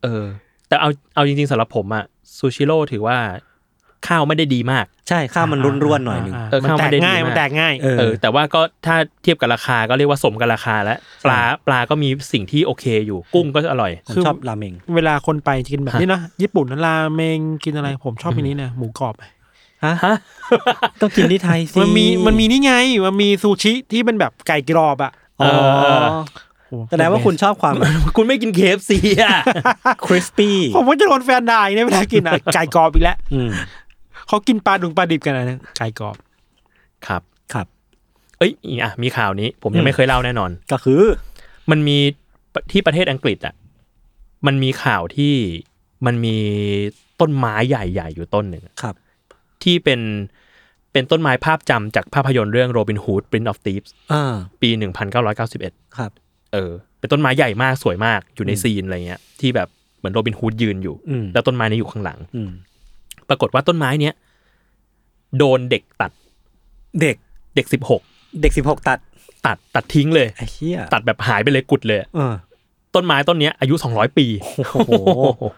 เออ แต่เอาเอาจริงๆสำหรับผมอะซูชิโร่ถือว่าข้าวไม่ได้ดีมาก ใช่ข้าวมันร่วนๆหน่อยหนึง า เออ มัน ข้าว แต มัน ก ได้ดี ง่าย มาก มันแตกง่าย เออ เออแต่ว่าก็ถ้าเทียบกับราคาก็เรียกว่าสมกับราคาแล้วปลาปลาก็มีสิ่งที่โอเคอยู่กุ้งก็อร่อย ผม คือ ชอบราเมง เวลาคนไปกินแบบ ฮะ นี้เนอะญี่ปุ่นนั้นราเมงกินอะไรผมชอบอันนี้นะหมูกรอบอะ ฮะ ต้องกินที่ไทยสิ มันมีมันมีนี่ไง มันมีซูชิที่เป็นแบบไก่กรอบอ่ะ อ๋อ เออ โอ้โห แสดงว่าคุณชอบความ คุณไม่กินเคฟซีอ่ ะ คริสปี้ ผมว่าจะโดนแฟนด่าในยเวลากินอ่ะ ไก่กรอบอีกแล้ว อืม เขากินปลาดุงปลาดิบกันอะนะไก่กรอบ ครับ ครับ เอ้ยอีกอ่ะมีข่าวนี้ ผมอืยัง ม ไม่เคยเล่าแน่นอน ก็คือ มันมีที่ประเทศอังกฤษอ่ะมันมีข่าวที่มันมีต้นไม้ใหญ่ๆอยู่ต้นหนึ่ง ครับ ที่เป็นเป็นต้นไม้ภาพจำจากภาพยนตร์เรื่องโรบินฮูด Prince of Thieves อ่า ปี 1991 ครับ เออเป็นต้นไม้ใหญ่มากสวยมากอยู่ในซีนอะไรเงี้ยที่แบบเหมือนโรบินฮูดยืนอยู่ อืม แล้วต้นไม้นี้อยู่ข้างหลัง อืม ปรากฏว่าต้นไม้เนี้ยโดนเด็กตัด เด็ก เด็กสิบหก เด็กสิบหกตัด ตัดตัดทิ้งเลย ไอ้เหี้ย ตัดแบบหายไปเลยกุดเลย เออ ต้นไม้ต้นเนี้ยอายุสองร้อยปี โอ้โห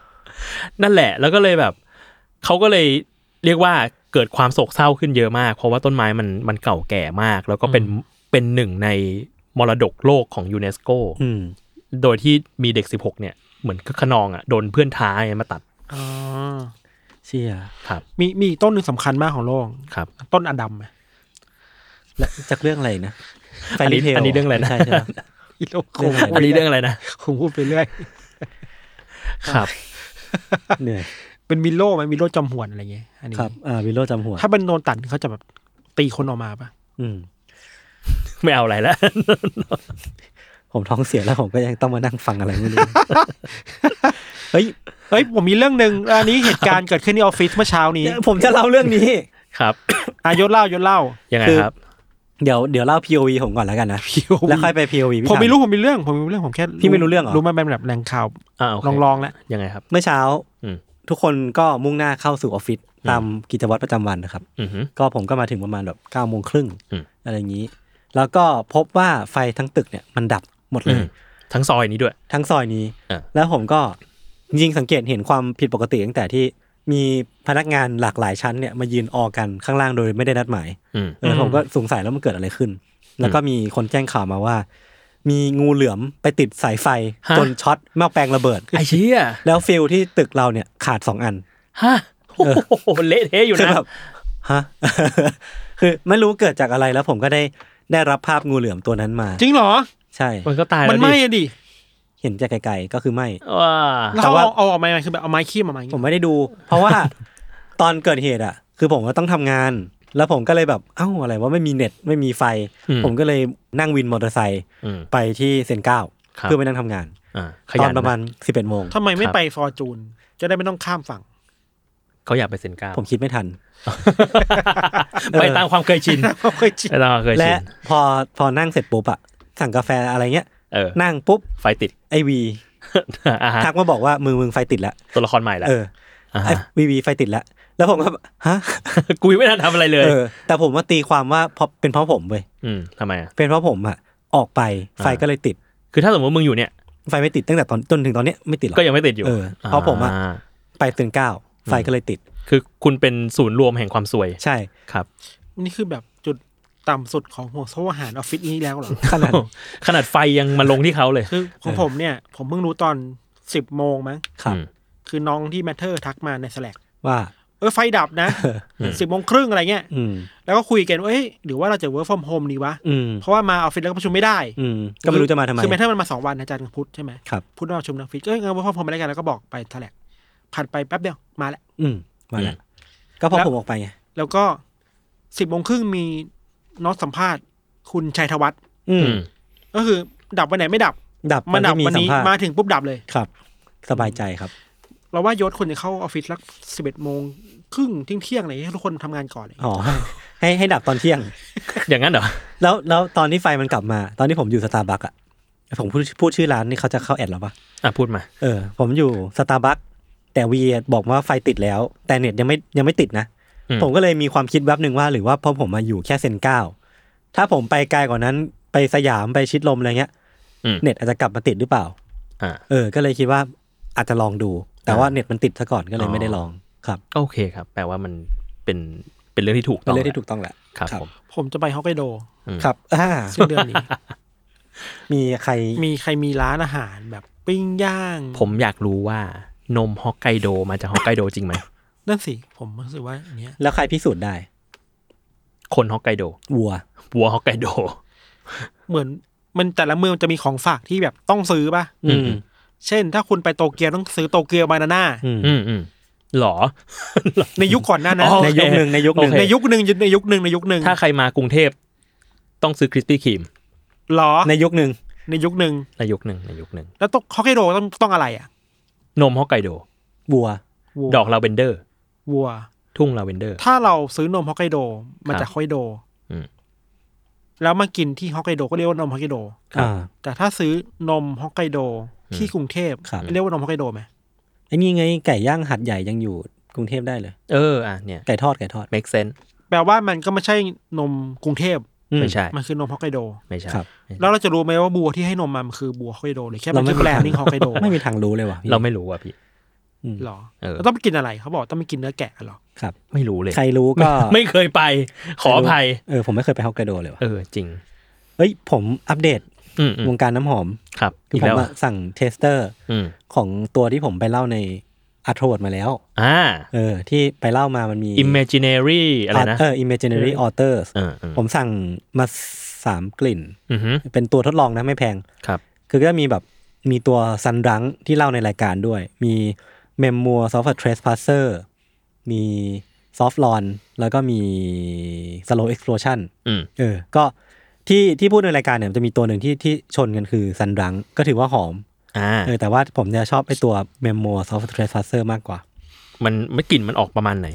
นั่นแหละ แล้วก็เลยแบบเขาก็เลยเรียกว่าเกิดความโศกเศร้าขึ้นเยอะมาก เพราะว่าต้นไม้มันมันเก่าแก่มาก แล้วก็เป็นเป็นหนึ่งในมรดกโลกของยูเนสโก อืม โดยที่มีเด็ก 16 เนี่ย เหมือนขนองอ่ะ โดนเพื่อนท้าไงมาตัด อ๋อ เชี่ย ครับ มีมีอีกต้นหนึ่งสำคัญมากของโลก ครับ ต้นอดัมอะ และจากเรื่องอะไรนะ อัน Fairy นี้ Tail อันนี้เรื่องอะไรม่นะใช่ใช่ปะ ผม เรื่องอะไร อันนี้เรื่องอะไรนะ ผมพูดไปเรื่อย ครับ เหนื่อย เป็นมิโลไหมมิโลจอมหวนอะไรเงี้ยอันนี้ ครับอ่าวิโรจน์จำหัว ถ้าเป็นโดนตัดเขาจะแบบตีคนออกมาปะ อืม ไม่เอาอะไรแล้ว ผมท้องเสียแล้วผมก็ยังต้องมานั่งฟังอะไรไม่รู้ เฮ้ย เฮ้ยผมมีเรื่องหนึ่งอันนี้เหตุการณ์เกิดขึ้นที่ออฟฟิศเมื่อเช้านี้ ผมจะเล่าเรื่องนี้ ครับ อายศเล่ายศเล่า ยังไง คือ ครับ เดี๋ยวเดี๋ยวเล่า POV ผมก่อนแล้วกันนะ POV แล้วค่อยไป POV พี่ ผมไม่ ทัน รู้ผมมีเรื่องผมมีเรื่องผมแค่ พี่ไม่รู้เรื่องเหรอ รู้มันเป็นแบบแหล่งข่าว อ่าโอ ลอง เค ลองๆแล้ว ยังไงครับ เมื่อเช้า อืม ทุกคนก็มุ่งหน้าเข้าสู่ออฟฟิศตามกิจวัตรประจำวันนะครับ อือหือ ก็ผมก็มาถึงประมาณแบบเก้าโมงครึ่ง อืม อะไรอย่างนี้ แล้วก็พบว่าไฟทั้งตึกเนี่ยมันดับหมดเล อื ย มทั้งซอยนี้ด้วย ทั้งซอยนี้ อ่ะ แล้วผมก็จริงๆสังเกตเห็นความผิดปกติตั้งแต่ที่มีพนักงานหลากหลายชั้นเนี่ยมายืนออกันข้างล่างโดยไม่ได้นัดหมาย อืม เออผมก็สงสัยแล้วมันเกิดอะไรขึ้น แล้วก็มีคนแจ้งข่าวมาว่า มีงูเหลือมไปติดสายไฟ ฮะ จนช็อตหม้อแปลงระเบิด ไอ้เชี่ย แล้วฟิลที่ตึกเราเนี่ยขาดสองอัน ฮะโอ้โหเละเทะอยู่ คือ นะ แบบฮะ คือไม่รู้เกิดจากอะไรแล้วผมก็ได้ได้รับภาพงูเหลือมตัวนั้นมา จริงเหรอ ใช่ มันก็ตาย มั แล้วดินไหม่อะดิ เห็นจากไกลๆก็คือไม่ ว้า แล้ว แต่ เขา ว่า เอาเอาออกมาไหมคือแบบเอาไม้ขี้มาไหม ผมไม่ได้ดู เพราะว่า ตอนเกิดเหตุอ่ะ คือผมก็ต้องทำงาน แล้วผมก็เลยแบบเอ้าอะไรว่าไม่มีเน็ตไม่มีไฟ อืม ผมก็เลยนั่งวินมอเตอร์ไซค์ อืม ไปที่เซนเก้า ครับ เพื่อไปนั่งทำงาน อ่าข ตอ ยั น น ประมาณสิบเอ็ดโมง ทำไมไม่ไปฟอร์จูน จะได้ไม่ต้องข้ามฝั่ง เขาอยากไปเซ็นกล้าว ผมคิดไม่ทัน ไปตามความเคยชิน เคยชิน ไปตามความเคยชิ และ น พอพอนั่งเสร็จปุ๊บอ่ะสั่งกาแฟอะไรเงี้ย เออ นั่งปุ๊บ ไฟติด ไอวี อ่าฮะ ทักมาบอกว่ามือมึงไฟติดแล้ว ตัวละครใหม่ละ เออ า ไอ้ ฮะ วีวีไฟติดแล้ว แล้วผมก็แบบฮะ กูยังไม่ทันทำอะไรเลย เออ แต่ผมว่าตีความว่าเพราะเป็นเพราะผมเว้ย อืมทำไมอ่ะ เป็นเพราะผมอะออกไปไฟ อ่า ก็เลยติด คือถ้าสมมติมึงอยู่เนี่ย ไฟไม่ติดตั้งแต่ตอนจนถึงตอนเนี้ยไม่ติดหรอก ก็ยังไม่ติดอยู่ เออเพราะผมอะ า ไปตื่นเก้าไฟก็เลยติด คือคุณเป็นศูนย์รวมแห่งความสวย ใช่ ครับ นี่คือแบบจุด ต่ำสุดของห่วงโซ่อาหารออฟฟิศนี้แล้วเหรอ ขนาด ขนาดไฟยังมาลงที่เขาเลย คือของผมเนี่ย ผมเพิ่งรู้ตอนสิบโมงมั้ง ครับ อืม คือน้องที่แมทเทอร์ทักมาใน Slack ว่า เออไฟดับนะ อืม สิบโมงครึ่งอะไรเงี้ย อืม แล้วก็คุยกันว่าเอ้ยหรือว่าเราจะ work from home ดีวะ อืม เพราะว่ามาออฟฟิศแล้วก็ประชุมไม่ได้ อืมก็ไม่รู้จะมาทำไม คือแม้ถ้ามันมาสองวันนะอาจารย์กับพุธใช่ไหม ครับ พุธมาประชุมนักฟิตเอ้ยงั้นว่าพ่อผมไปแล้วกันแล้วก็บอกไปแถลกผ่านไปแป๊บเดียวมาแล้ว อืมมาแล้วก็พอ แล้ว ผมออกไปไง แล้วก็สิบโมงครึ่งมีน้องสัมภาษณ์ คุณชัยธวัฒน์ อืม อืม ก็คือ ดับวันไหนไม่ดับ ดับ มันดับ ไ วันนี้ สัภษณ์ มาถึงปุ๊บดับเลย ครับ สบายใจครับ เราว่ายศคนจะเข้าออฟฟิศสักสิบเอ็ดโมงครึ่งเที่ยงเที่ยงอะไรอย่างเงี้ยให้ทุกคนทำงานก่อนเลย อ๋อ ให้ให้ดับตอนเที่ยง อย่างนั้นเหรอ แล้วแล้วตอนที่ไฟมันกลับมา ตอนที่ผมอยู่สตาร์บัคอะผมพูดพูดชื่อร้านนี่เขาจะเข้าแอดหรอปะ อ่ะพูดมา เออ ผมอยู่สตาร์บัคแต่วีบอกว่าไฟติดแล้ว แต่เน็ตยังไม่ยังไม่ติดนะ อืม ผมก็เลยมีความคิดแวบบหนึ่งว่า หรือว่าเพราะผมมาอยู่แค่เซนเก้าถ้าผมไปไกลกว่านั้นไปสยามไปชิดลมอะไรเงี้ย อืม เน็ตอาจจะกลับมาติดหรือเปล่า อ่า เออ ก็เลยคิดว่าอาจจะลองดู แต่ว่า อ่า เน็ตมันติดซะก่อนก็เลยไม่ได้ลองครับ ก็โอเคครับ แปลว่ามันเป็นเป็นเรื่องที่ถูก เป็ ต้ น อง เรื่องที่ถูกต้องแหละ ครับ ครับ ผม ผมจะไปฮอกไกโด อืม ครับ อ่า สิ้นเดือนนี้ มีใคร มีใครมีร้านอาหารแบบปิ้งย่าง ผมอยากรู้ว่านมฮอกไกโดมาจากฮอกไกโดจริงไหม นั่นสิผมรู้สึกว่าอย่างเนี้ย แล้วใครพิสูจน์ได้ คนฮอกไกโด วัว วัวฮอกไกโด เหมือนมันแต่ละเมืองมันจะมีของฝากที่แบบต้องซื้อป่ะ อืม เช่น ถ้าคุณไปโตเกียวต้องซื้อโตเกียวบานาน่า อืม อืมอืมหรอ ในยุคก่อนหน้านั้น อ๋อ ในยุคหนึ่งในยุคหนึ่ง โอเค ในยุคหนึ่งในยุคหนึ่งในยุคหนึ่ง ถ้าใครมากรุงเทพต้องซื้อคริสปี้ครีม หรอ ในยุคหนึ่ง ในยุคหนึ่ง ในยุคหนึ่งในยุคหนึ่ง แล้วต้องฮอกไกโดต้องต้องอะไรอ่ะ นมฮอกไกโด วัว วัว ดอกลาเวนเดอร์ วัว ทุ่งลาเวนเดอร์ ถ้าเราซื้อนมฮอกไกโดมาจาก ครับ ฮอกไกโด อืม แล้วมากินที่ฮอกไกโดก็เรียกว่านมฮอกไกโด ครับ อ่า แต่ถ้าซื้อนมฮอกไกโดที่กรุงเทพ ครับ เรียกว่านมฮอกไกโดไหม ไอ้นี่ไงไก่ย่างหัดใหญ่ยังอยู่กรุงเทพได้เลย เออ อ่ะเนี่ย ไก่ทอดไก่ทอด make sense แปลว่ามันก็ไม่ใช่นมกรุงเทพ อืม ไม่ใช่ มันคือนมฮอกไกโด ไม่ใช่ ครับ ไม่ใช่ แล้วเราจะรู้ไหมว่าบัวที่ให้นมมามันคือบัวฮอกไกโดหรือแค่เป็ เรา น ไม่ ชื่อแบรนด์นิ่งฮอกไกโด ไม่มีทางรู้เลยว่ะพี่ เราไม่รู้อ่ะพี่ อืม หรอ เออ แล้วต้องไปกินอะไรเขาบอกต้องไปกินเนื้อแกะเหรอ ครับ ไม่รู้เลย ใครรู้ ไม่ ก็ ไม่เคยไป ขออภัย เออผมไม่เคยไปฮอกไกโดเลยว่ะ เออจริง เฮ้ย ผมอัปเดต อืมอืม วงการน้ำหอม ครับ คือ อีก ผม แล้ว อะสั่งเทสเตอร์ อืม ของตัวที่ผมไปเล่าในอัทโรดมาแล้ว อ่า เออ ที่ไปเล่ามามันมี imaginary อะไรนะ เออ imaginary authors เออเออ ผมสั่งมาสามกลิ่น อือฮึ เป็นตัวทดลองนะไม่แพง ครับ คือก็มีแบบมีตัวซันรังที่เล่าในรายการด้วย มีเมมมัวซอฟต์ t r e s s p a s s e r มีซอฟ t ์ลอนแล้วก็มี Slow Explosion อืม เออ ก็ที่ที่พูดในรายการเนี่ยมันจะมีตัวหนึ่งที่ที่ชนกันคือซันรังก็ถือว่าหอม อ่า เออ แต่ว่าผมจะชอบไอตัวเมมมัวซอฟต์ t r e s s p a s s e r มากกว่า มันไม่กลิ่นมันออกประมาณไหน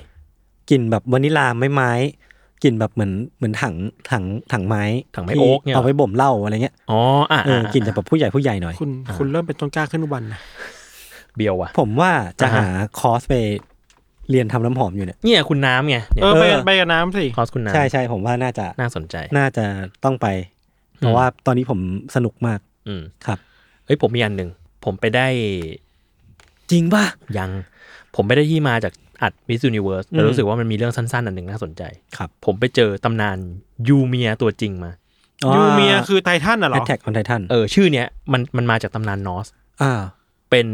กลิ่นแบบวานิลาไม้ไม้ๆกลิ่นแบบเหมือนเหมือนถังถังถังไม้ ถังไม้ ที่ โอ๊กเนี่ย เอาไว้บ่มเหล้าอะไรเงี้ย อ๋ออ่า เออกลิ่นจะแบบผู้ใหญ่ผู้ใหญ่หน่อย คุณคุณเริ่มเป็นต้นกล้าขึ้นทุกวันนะ เบียวว่ะ ผมว่าจะ อ่าฮะ หาคอร์สไปเรียนทำน้ำหอมอยู่เนี่ย เนี่ยคุณน้ำไงเนี่ย เออไป เออ ไปกับน้ำสิ คอร์สคุณน้ำ ใช่ใช่ผมว่าน่าจะ น่าสนใจ น่าจะต้องไป เพ อื ราะ ม ว่าตอนนี้ผมสนุกมาก อืม ครับ เอ้ยผมมีอันหนึ่ง ผมไปได้ จริงป่ะ ยัง ผมไปได้ที่มาจากอัด Miss Universe แต่ อืม รู้สึกว่ามันมีเรื่องสั้นๆ อันหนึ่งน่าสนใจ ครับ ผมไปเจอตำนานยูเมียตัวจริงมา ยูเมียคือไททันน่ะเหร แอ อ ตแทกออนไททัน เออ ชื่อเนี้ยมันมันมาจากตำนานนอร์ส อ่า เป็น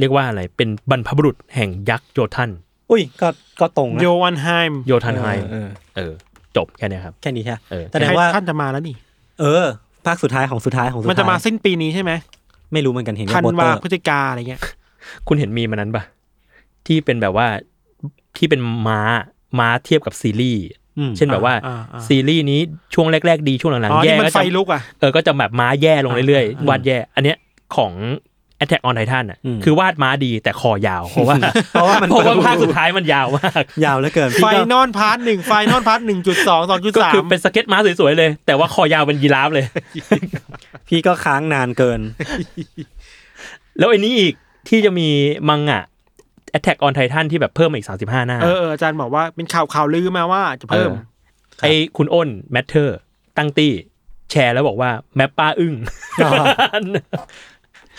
เรียกว่าอะไร เป็นบรรพบุรุษแห่งยักษ์โยธัน อุ้ยก็ก็ตรงนะ โยวันไฮม์ โยธันไฮ เอ ม์ อเออ เออ จบแค่เนี้ยครับ แค่นี้ใช่ไหม เออ แสด ไท งว่า ทันจะมาแล้วนี่ เออ ภาคสุดท้ายของสุดท้ายของสุดท้าย มันจะมาสิ้นปีนี้ใช่ไหม ไม่รู้เหมือนกันเห็น ธั ว่าน โปสเต วา อร์ พฤศจิกาอะไรเงี้ย คุณเห็นมีมันนั้นปะที่เป็นแบบว่าที่เป็นม้าม้าเทียบกับซีรีส์ อืม เช่นแบบว่า อ่าอ่า ซีรีส์นี้ช่วงแรก ๆ ดีช่วงหลัง อ๋อ ๆ แย่ นี่มัน ก็ ไฟ จะ ลุกอ่ะ เออก็จะแบบม้าแย่ลงเรื่อย อ่าอ่า ๆ วาดแย่ อันเนี้ยของ Attack on Titan อ่ะคือวาดม้าดีแต่คอยาว เพราะว่า เพราะว่ามัน เพราะว่าภาคสุดท้ายมันยาวมาก ยาวเหลือเกินพี่ ไฟ ก็ นอนพาร์ทหนึ่งไฟนอนพาร์ทหนึ่งจุดสองสองจุด ก็ สา คือ ม เป็นสเก็ตม้าสวยๆเลย แต่ว่าคอยาวเป็นยีราฟ เลย พี่ก็ค้างนานเกิน แล้วไอ้นี้อีกที่จะมีมังงะ Attack on Titan ที่แบบเพิ่มมาอีก 35 หน้า เออเอออาจารย์บอกว่าเป็นข่าวข่าวลือมาว่าจะเพิ่ม ออไอ้คุณอ้นแมทเทอร์ตั้งตี้แชร์แล้วบอกว่าแมปป้าอึ้ง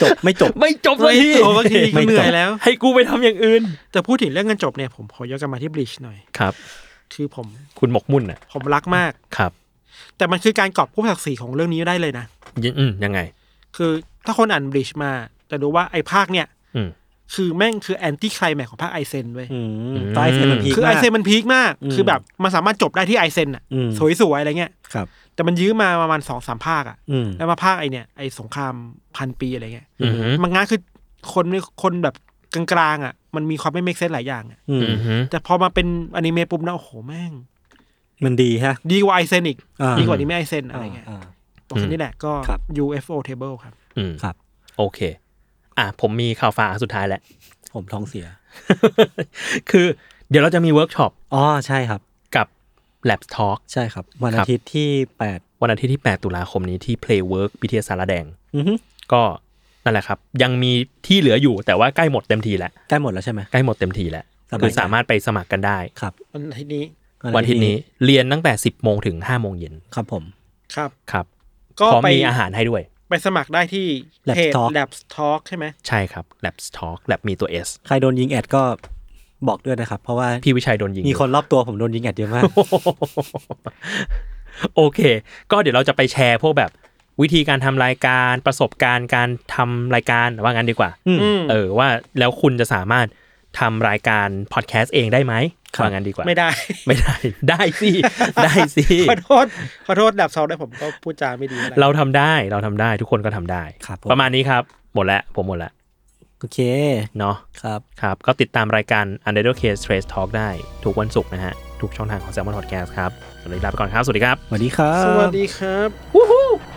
จบไม่จบ ไม่จบเลย ไม่จบสักที ไม่จบ เหนื่อยแล้ว ให้กูไปทำอย่างอื่น แต่พูดถึงเรื่องเงินจบเนี่ยผมขอย้อนกลับมาที่บลิชหน่อย ครับ คือผม คุณหมกมุ่นอ่ะ ผมรักมาก ครับ แต่มันคือการกอบกู้ศักดิ์ศรีของเรื่องนี้ได้เลยนะ ยังอืมยังไง คือถ้าคนอ่านบริชมาจะรู้ว่าไอ้ภาคเนี่ย อืม คือแม่งคือแอนตี้ไคลแม็กของภาคไอเซนเว้ย อืมตอนไอเซนมันพีค คือไอ มาก เซนมันพีคมาก อืม คือแบบมันสามารถจบได้ที่ไอเซนอ่ะ อืม สวยๆอะไรเงี้ย ครับ แต่มันยื้อมาประมาณสองสามภาคอ่ะ อืม แล้วมาภาคไอเนี่ยไอสงครามพันปีอะไรเงี้ย อืม มันง่ายคือคนคนแบบกลางๆอ่ะ มันมีความไม่เมกเซนหลายอย่างอะ อื อื ม ม แต่พอมาเป็นอนิเมะปุ๊บนะโอ้โหแม่ง มันดีฮะ ดีกว่าไอเซนอีก อ่า ดีกว่าอนิเมะไอเซนอะไรเงี้ย อ่า บอกแค่นี้แหละก็ ครับ UFO table ครับ อืม ครับ โอเค อ่ะ ผมมีข่าวฝ ากอันสุดท้ายแหละ ผมท้องเสีย คือเดี๋ยวเราจะมีเวิร์กช็อป อ๋อ ใช่ครับ กับ Labs Talk ใช่ครับ วันอาทิตย์ที่แปด วันอาทิตย์ที่ 8 ตุลาคมนี้ที่ Playwork วิทยาสารแดง อือฮึ ก็นั่นแหละครับ ยังมีที่เหลืออยู่แต่ว่าใกล้หมดเต็มทีแล้ว ใกล้หมดแล้วใช่ไหม ใกล้หมดเต็มทีแล้ว สบายใจ คือสามารถไปสมัครกันได้ ครับ วันอาทิตย์นี้ วันอาทิตย์นี้เรียนตั้งแต่ 10 โมงถึง 5 โมงเย็น ครับผม ครับ ครับ ก็ พร้อม ไป มีอาหารให้ด้วย ไปสมัครได้ที่ Labs เพจ Talk Labs Talk ใช่ไหม ใช่ครับ Labs Talk Lab มีตัว S ใครโดนยิงแอดก็บอกด้วยนะครับ เพราะว่า พี่วิชัยโดนยิง มี อยู่ คนรอบตัวผมโดนยิงแอดเย อะมาก โอเค ก็เดี๋ยวเราจะไปแชร์พวกแบบวิธีการทำรายการประสบการณ์การทำรายการว่างั้นดีกว่า อืม เออว่าแล้วคุณจะสามารถทำรายการพอดแคสต์เองได้ไหม ครับ ว่างั้นดีกว่า ไม่ได้ ไม่ได้ ได้สิ ได้สิ ขอโทษขอโทษดับเซาได้ผมก็พูดจาไม่ดีอะไร เราทำได้เราทำได้ทุกคนก็ทำได้ ครับผม ประมาณนี้ครับ หมดแล้วผมหมดแล้ว โอเค เนาะ ครับ ครับ ก็ติดตามรายการ Underdog Case Trace Talk ได้ทุกวันศุกร์นะฮะ ทุกช่องทางของ Salmon Podcast ครับสำหรับวันนี้ลาไปก่อนครับ สวัสดีครับ สวัสดีครับ สวัสดีครับ